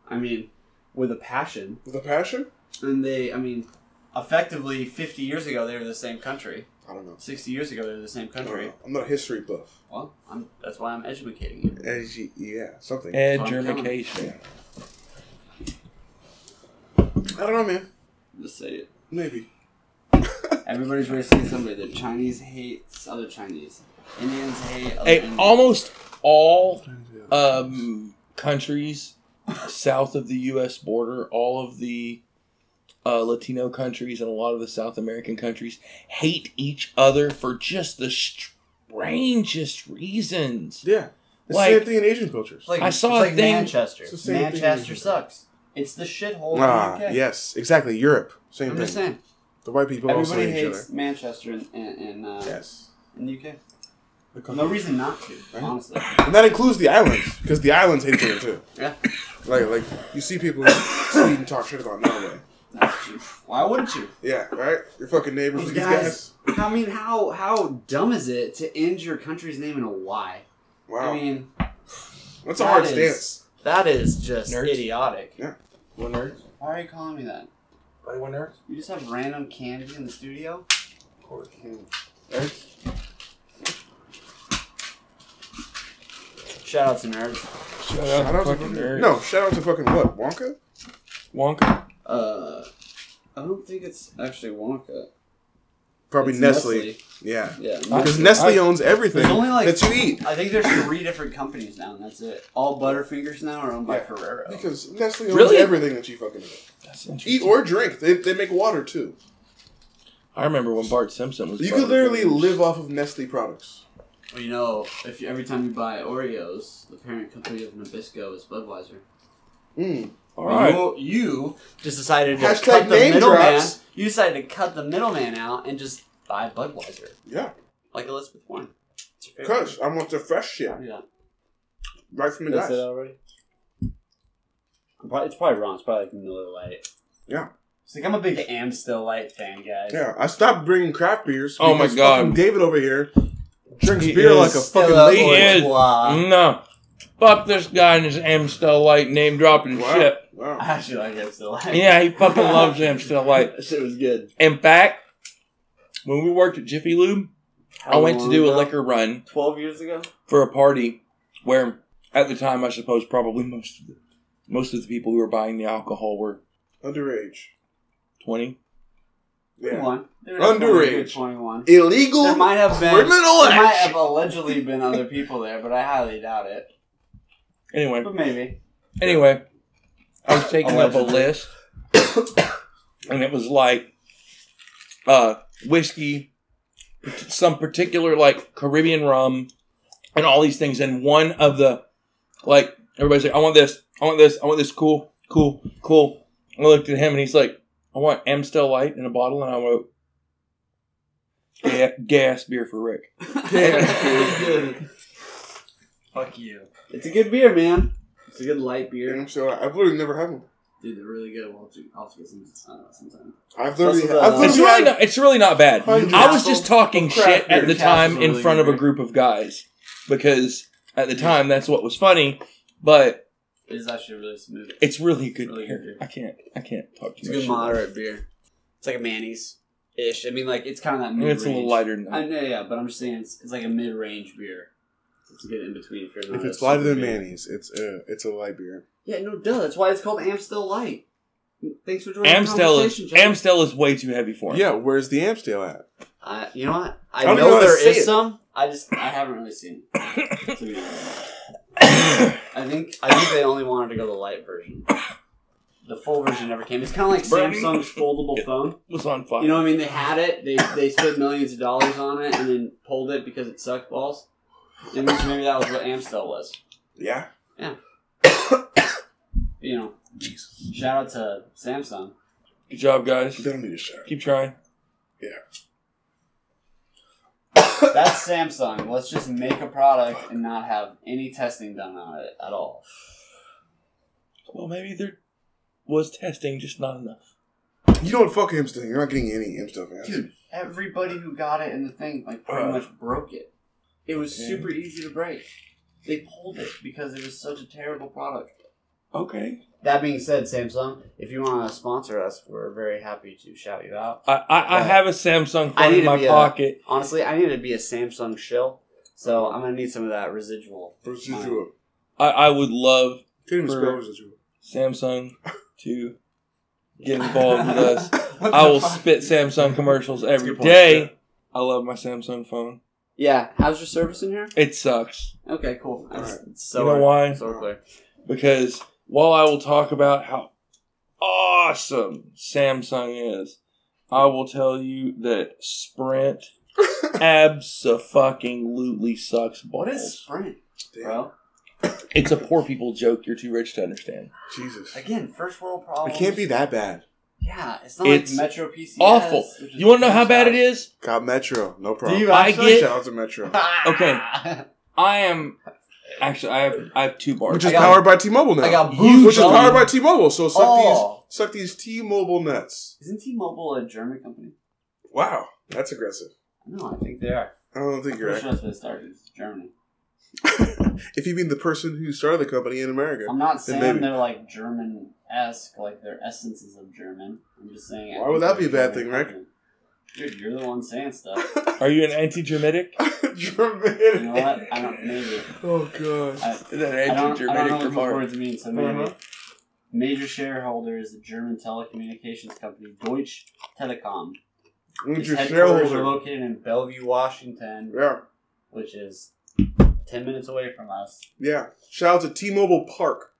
I mean, with a passion, with a passion. and they. I mean, effectively, fifty years ago they were the same country. I don't know. Sixty years ago they were the same I don't country. know. I'm not a history buff. Well, I'm, that's why I'm educating you. Uh, y- Yeah, something. Education. I don't know, man. Just say it. Maybe. Everybody's racist to somebody. The Chinese hates other Chinese. Indians hate other Hey, Indians. almost all um, countries south of the U.S. border, all of the uh, Latino countries, and a lot of the South American countries hate each other for just the strangest reasons. Yeah. It's Like- the same thing in Asian cultures. It's like, I saw it's a like thing- Manchester. It's the same thing as Manchester Europe. sucks. It's the shithole. in ah, the UK. yes, exactly. Europe, same Oh, I'm thing. just saying. The white people also Everybody hate each hates other. Manchester in, in, in, uh, Yes. in the UK. No reason not to, honestly. And that includes the islands, because the islands hate each other too. Yeah. Like, like you see people in Sweden talk shit about Norway. That's true. Why wouldn't you? Yeah, right. Your fucking neighbors, Those these guys. guys. I mean, how how dumb is it to end your country's name in a Y? I Wow, mean, that's a that hard is- stance. That is just Nerds. idiotic. One nerds? Why are you calling me that? One nerds? You just have random candy in the studio? Shout out to nerds. Shut Shout out to fucking No, shout out to fucking what? Wonka? Wonka. Uh, I don't think it's actually Wonka. Probably It's Nestle. Yeah. Yeah. Because Nestle. Nestle I- owns everything There's only, like, that you eat. I think there's three different companies now, and that's it. All Butterfingers now are owned by Yeah. Ferrero. Because Nestle owns Really? everything that you fucking eat. That's interesting. Eat or drink. They, they make water too. I remember when Bart Simpson was. You Bart could literally Simpson. live off of Nestle products. Well, you know, if you, every time you buy Oreos, the parent company of Nabisco is Budweiser. Mm. All right. You, you just decided to Hashtag cut the name middleman. drops. You decided to cut the middleman out and just buy Budweiser, Yeah. like Elizabeth Warren. It's your favorite. Because I want the fresh shit Yeah. right from the That's it guys. already. I'm probably, it's probably wrong. It's probably like Miller Lite. Yeah. It's like I'm a big Amstel Light fan, guys. Yeah. I stopped bringing craft beers. Oh my because God. fucking David over here drinks He beer is like a fucking Stella lady. He is. Artois. No. Fuck this guy and his Amstel Light name dropping Wow. Mm, shit. I Wow. actually like Amstel Light. Yeah, he fucking loves Amstel Light. That shit was good. In fact, when we worked at Jiffy Lube, I went to do a liquor run Twelve years ago. for a party where, at the time, I suppose probably most of the, most of the people who were buying the alcohol were Underage. twenty. Yeah. 21. They were Underage. 21. Illegal There might have been. criminal there might have action. allegedly been other people there, but I highly doubt it. Anyway, But maybe. anyway, I was taking up a Allegedly. list, and it was like uh, whiskey, some particular like Caribbean rum, and all these things. And one of the like everybody's like, I want this, I want this, I want this. Cool, cool, cool. And I looked at him, and he's like, I want Amstel Light in a bottle, and I wrote ga- gas beer for Rick. Yeah. Fuck you. It's a good beer, man. It's a good light beer. And so I've literally never had one. Dude, they're really good. We'll have to, I'll have to get some I don't know, sometime. I've literally, That's what, I've uh, It's literally had really not, it's really not bad. hundreds. I was just talking shit at the Castle's time a in really front good of a beer. group of guys because at the time that's what was funny. But It is actually really smooth. it's really good Really beer. good beer. I can't. I can't talk It's a too much. good shit. moderate beer. It's like a Manny's ish. I mean, like it's kind of that. I mean, Mid-range. it's a little lighter than I that. know, yeah, but I'm just saying it's, it's like a mid range beer. It's a good in between. If, you're not If it's a lighter than super fan. Manny's, it's a it's a light beer. Yeah, no, duh. That's why it's called Amstel Light. Thanks for joining Amstel the is conversation, Jack. Amstel is way too heavy for him. Yeah, where's the Amstel at? Uh, you know what? I I, don't even know wanna there say is it. some. I just I haven't really seen. It, to be honest. I think I think they only wanted to go the light version. The full version never came. It's kind of like Burning. Samsung's foldable phone. was on fire. You know what I mean? They had it. They they spent millions of dollars on it and then pulled it because it sucked balls. And maybe that was what Amstel was. Yeah, You know. Jesus, Shout out to Samsung. good job, guys. they don't need a shower. Keep trying. That's Samsung. Let's just make a product and not have any testing done on it at all. Well, maybe there was testing, just not enough. You don't fuck Amstel. You're not getting any Amstel fans. Dude, everybody who got it in the thing like pretty Uh. much broke it. It was Yeah. super easy to break. They pulled it because it was such a terrible product. Okay. That being said, Samsung, if you want to sponsor us, we're very happy to shout you out. I I, I Right. have a Samsung Uh, I phone need in to my be a- pocket. Honestly, I need to be a Samsung shill, so I'm gonna need some of that residual. Residual. I I would love Can't even For- spell residual. Samsung to get involved with us. I will spit Samsung commercials every day. I love my Samsung phone. Yeah, how's your service in here? It sucks Okay, cool. That's, Alright. it's so You know we're- why? So we're clear. because while I will talk about how awesome Samsung is, I will tell you that Sprint abso-fucking-lutely sucks balls. What is Sprint, Damn. bro? It's a poor people joke. You're too rich to understand. Jesus. Again, first world problem. It can't be that bad. Yeah, it's not It's like Metro PCS. Awful. which is You want to know how bad it is? Got Metro. No problem. Do you I actually? get. Shout out to Metro. okay. I am. Actually, I have. I have two bars. Which is I got- powered by T-Mobile now. I got booze. Which is going. powered by T-Mobile. So suck Oh. these suck these T-Mobile nuts. Isn't T-Mobile a German company? Wow, that's aggressive. No, I think they are. I don't think I'm you're pretty right. sure that's where it started. It's Germany. If you mean the person who started the company in America, I'm not saying maybe. they're like German esque, like their essence is of German. I'm just saying. I Why would think that be a they're bad thing, German Rick? company. Dude, you're the one saying stuff. Are you an anti-Germanic? German. You know what? I don't. Maybe. Oh god. I, Is that I an don't, I don't know what anti-Germanic those remark? words mean, so maybe. Uh-huh. Major shareholder is the German telecommunications company Deutsche Telekom. When's Its your headquarters are shareholder? located in Bellevue, Washington, Yeah, which is 10 minutes away from us. yeah. Shout out to T-Mobile Park,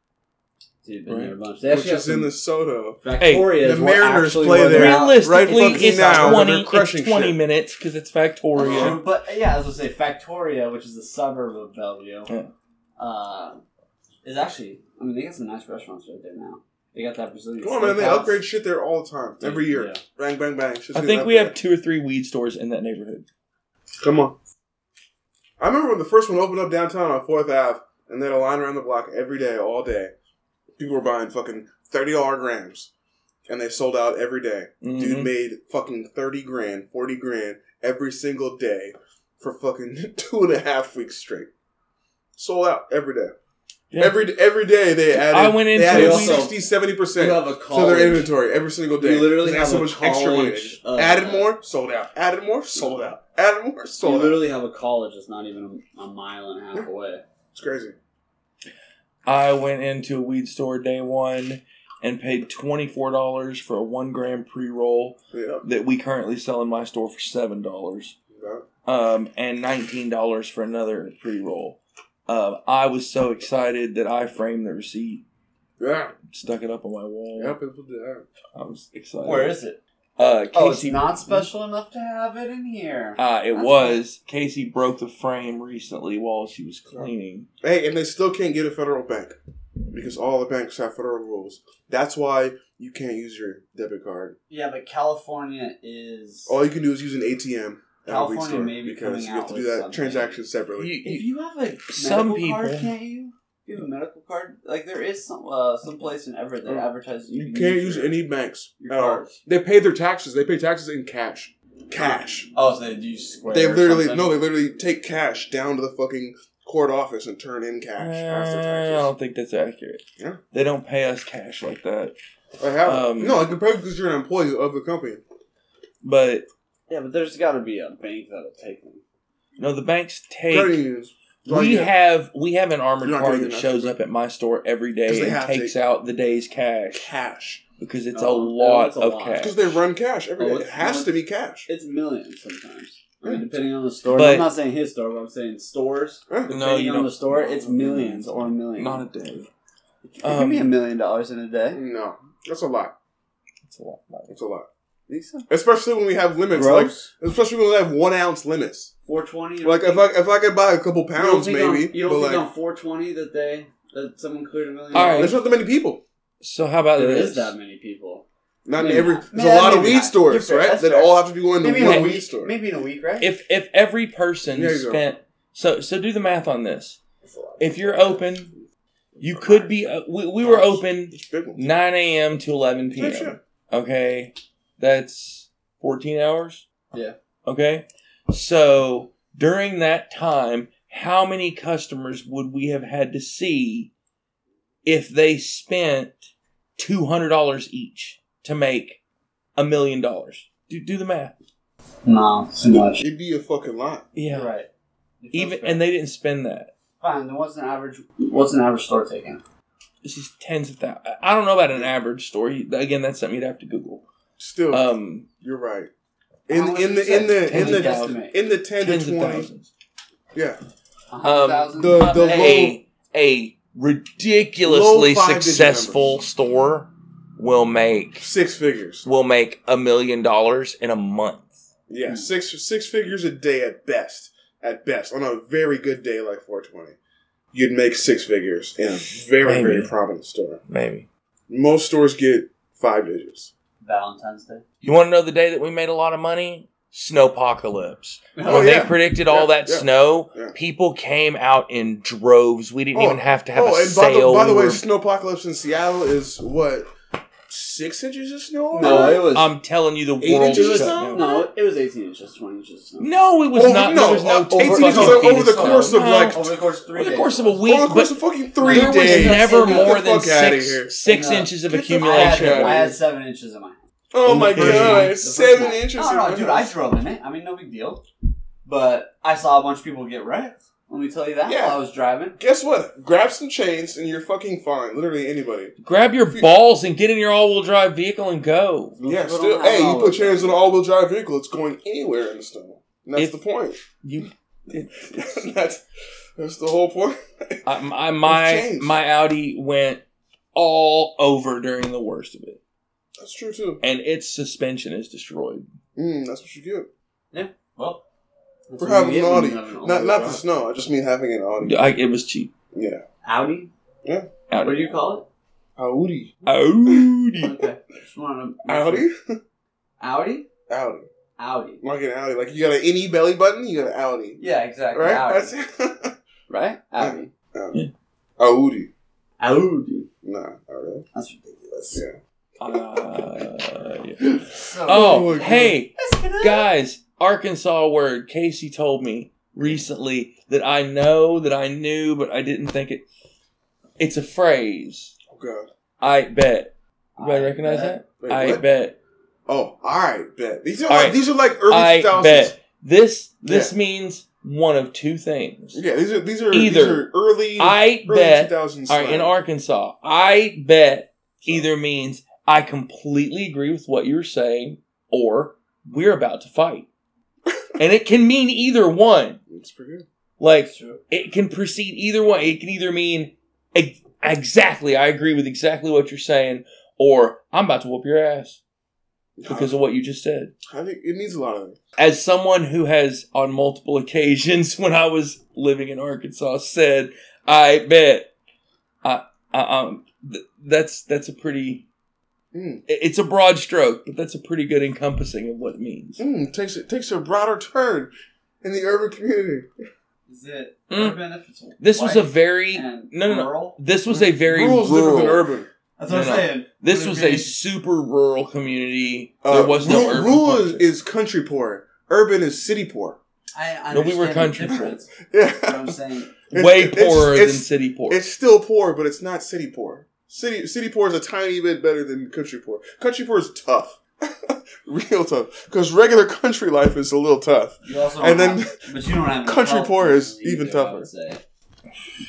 Dude, been Right. there a bunch. which is in Minnesota. Hey, the Mariners play there. Realistically, Right fucking it's now, twenty. they're crushing It's twenty shit. minutes because it's Factoria. But yeah, as I say, Factoria, which is a suburb of Bellevue, Yeah. uh, is actually, I mean, they got some nice restaurants right there now. They got that Brazilian. Come on, man. They steakhouse. upgrade shit there all the time, every year. Yeah. Bang, bang, bang. Shit's I getting think we have upgraded. two or three weed stores in that neighborhood. Come on. I remember when the first one opened up downtown on Fourth Ave, and they had a line around the block every day, all day. People were buying fucking thirty dollar grams, and they sold out every day. Dude Mhm. made fucking thirty grand, forty grand every single day for fucking two and a half weeks straight. Sold out every day. Yeah. Every every day they added. I went into they added a- 60, 70 You percent have a to their college. inventory every single day. You literally they have had so a much extra money. They college uh, just of- added more, sold out. Added more, sold out. Added more, you sold out. literally have a college that's not even a, a mile and a half away. It's crazy. I went into a weed store day one and paid twenty four dollars for a one gram pre roll Yeah. that we currently sell in my store for seven dollars, Yeah. um, and nineteen dollars for another pre roll. Um, I was so excited that I framed the receipt, Yeah. stuck it up on my wall. Yeah, people do that. I was excited. Where is it? uh, Casey? Oh, it's not special enough to have it in here. Uh, it That's was Casey broke the frame recently while she was cleaning. Hey, and they still can't get a federal bank because all the banks have federal rules. That's why you can't use your debit card. Yeah, but California is. All Oh, you can do is use an ATM. at a weed California store may be because coming you have out to with do that something. transaction separately. if you have a Some medical card, people- can't you? you have a medical card? Like there is some uh, some place in Everett that advertises You can't use your- any banks your at all. cards. They pay their taxes. They pay taxes in cash. Cash. Oh, so they do square. They or literally something? no. They literally take cash down to the fucking court office and turn in cash. as their I uh, taxes. um, don't think that's accurate. Yeah. They don't pay us cash like that. I have Um, no. I can pay because you're an employee of the company. But Yeah, but there's got to be a bank that'll take them. no, the banks Credit take. unions. Well, We yeah. have we have an armored You're not car gonna that get shows up at my store every 'Cause day they and have to. takes out the day's cash cash because it's a Oh, lot it's a of lot. cash. because they run cash every Oh, day. it's- It has no, to be cash. It's millions sometimes. I mean, depending on the store. But- I'm not saying his store, but I'm saying stores. Huh? No, depending you on don't. the store, it's millions or a million. Not a day. it can be a um, million dollars in a day. I No, that's a lot. It's a lot. of money. That's a lot. think so. Especially when we have limits. Gross. Like especially when we have one ounce limits. Four twenty. Like if I if I could buy a couple pounds, maybe. you don't but think like, on four twenty that they that someone cleared a million? All dollars? there's not that many people. So how about there this? is that many people. Not in Maybe every. not. There's Yeah, a lot of maybe weed not. You're stores, fair, right? that's That fair. all have to be going to Maybe one in a weed week. store. Maybe in a week, right? If if every person There you go. spent so so do the math on this. If you're open, you could be. Uh, we, we were open It's big one. 9 a.m. to 11 Yeah, p.m. sure. Okay, that's 14 hours. Yeah. Okay, so during that time, how many customers would we have had to see if they spent two hundred dollars each to make a million dollars? Do do the math. no, too much. It'd be a fucking lot. Yeah. You're right. It feels Even fair. and they didn't spend that. fine. Then what's an average? What's an average store taking? This is tens of thousands. I don't know about an average story. Again, that's something you'd have to Google. Still, Um, you're right. How In much in is the in that? the in Tens of the thousands. Estimate. in the ten tens to of twenty. thousands. Yeah, A hundred Um, thousand? the the low a a ridiculously Low five-digit successful numbers. store will make six figures. will make a million dollars in a month. Yeah, Hmm. six six figures a day at best. At best, on a very good day like 420, you'd make six figures in a very Maybe. very prominent store. Maybe Most stores get five digits. Valentine's Day. you want to know the day that we made a lot of money? Snowpocalypse. Oh, when yeah. they predicted all Yeah, that yeah, snow, yeah. people came out in droves. We didn't Oh, even have to have a by the, sale. by the We way, were- snowpocalypse in Seattle is what six inches of snow? No, it was. I'm telling you, the Eight world inches of shut snow? down. no, it was eighteen inches, twenty inches. No, it was Over- not. no, there was no uh, two over- fucking over- feet over the snow. course of, No, like, Over the course of three over the days. course of a week, Over the course but of fucking three Uh-huh. there days. was never Get the more fuck than outta here. six, six No. inches of Get the fuck I had, accumulation. outta I had seven inches in my hand. Oh my in the first god, night. seven inches. No, in no, my dude, I house. drove in it. I mean, no big deal. But I saw a bunch of people get wrecked. Let me tell you that Yeah. while I was driving. Guess what? Grab some chains and you're fucking fine. Literally anybody. Grab your balls and get in your all-wheel drive vehicle and go. Yeah, Put still. on Hey, you all put of chains them. on an all-wheel drive vehicle. It's going anywhere in the snow. And that's If- the point. You, that's that's the whole point. I, my my, changed. my Audi went all over during the worst of it, That's true too. and its suspension is destroyed. Mm, that's what you get Well, that's for what you having get an when Audi. you Oh have an Not not the all-wheel snow. I just mean having an Audi. I, it was cheap. Yeah. drive. Audi. Audi. What do you call Audi. it? Audi. Okay, just wanted to- Audi. Audi, Audi. Audi. Like an Audi. Like you got an any belly button. You got an Audi. Yeah, exactly. Right. Audi. That's it. Right? Audi. Audi. Audi. Audi. Nah. Alright. That's ridiculous. Yeah. Uh, yeah. So, Oh, my God. hey, let's get it. guys, Arkansas word. Casey told me recently that I know that I knew, but I didn't think it. It's a phrase. Oh god. I bet. You guys recognize that? Wait, I what? bet. Oh, all right, bet. These are All like right. these are like early I 2000s. bet. This this Yeah. means one of two things. Yeah, these are these are Either. these are early I early bet. 2000s. All right, in slang. Arkansas, I bet either means I completely agree with what you're saying, or we're about to fight. and it can mean either one. It's pretty good. Like That's true. it can proceed either way. It can either mean "Ex- exactly, I agree with exactly what you're saying, or I'm about to whoop your ass because of what you just said. I think it means a lot of things. As someone who has, on multiple occasions when I was living in Arkansas, said, "I bet," I, I, um, th- that's that's a pretty. Mm. i- It's a broad stroke, but that's a pretty good encompassing of what it means. Mm, takes it takes a broader turn in the urban community. Is it Mm. urban? If it's This was a white very and no, no, no. rural? This was a very Rural's different than rural- urban. That's what No, I'm no. saying. This Would it was be- a super rural community. Uh, there was no ru- urban rural is, culture. is country poor. Urban is city poor. I understand No, we were the country difference, but Yeah, I'm saying It's- way it's- poorer it's- than city poor. it's still poor, but it's not city poor. City city poor is a tiny bit better than country poor. Country poor is tough, real tough. Because regular country life is a little tough. you also And don't then have- but you don't have country health poor is either, even I tougher. would say.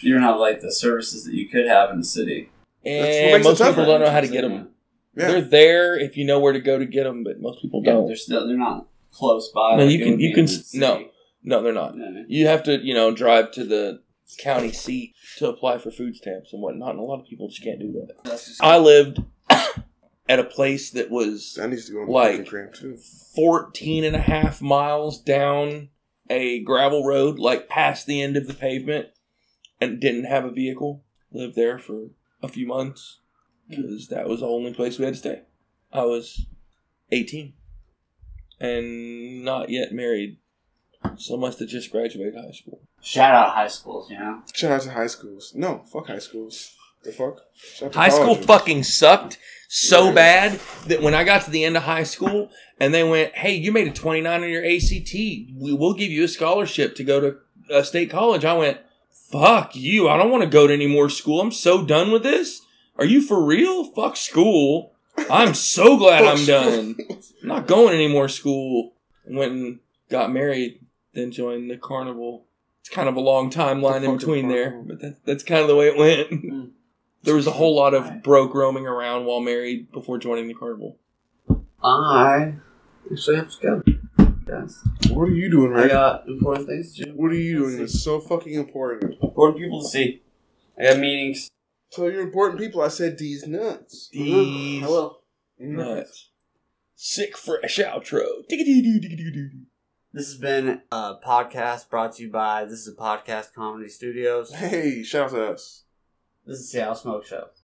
You don't have like the services that you could have in the city. what and makes it most people tougher. don't know how to get them. They're Yeah, there if you know where to go to get them, but most people Yeah, don't. they're still they're not close by. No, like you it can- would you be can in the s- city. no. No, they're not. You know what I mean? You have to, you know, drive to the county seat to apply for food stamps and whatnot, and a lot of people just can't do that. That's just- I lived at a place that was that needs to go on Like- the fucking gram too. 14 and a half miles down a gravel road, like past the end of the pavement, and didn't have a vehicle. Lived there for a few months because that was the only place we had to stay. I was 18 and not yet married, so must have just graduated high school. shout out high schools. You know, Shout out to high schools. No, fuck high schools. The fuck? Shout out to High school colleges. fucking sucked so Yeah. bad that when I got to the end of high school and they went, "Hey, you made a 29 on your ACT. We will give you a scholarship to go to uh, state college." I went, "Fuck you. I don't want to go to any more school. I'm so done with this. Are you for real? Fuck school. I'm so glad Fuck I'm done. I'm not going to any more school." Went and got married, then joined the carnival. It's kind of a long timeline The in fucking between there, carnival. but that, that's kind of the way it went. There was a whole lot of broke roaming around while married before joining the carnival. I actually have to go. Guys, What are you doing, I right? got important things to do. What are you doing? It's so fucking important. Important people to see. I got meetings. Tell your important people I said these nuts. These I will. nuts. Sick fresh outro. Tick-a-doo-doo, tick-a-doo-doo. This has been a podcast brought to you by This is a Podcast Comedy Studios. Hey, shout out to us. This is Seattle Smoke Show.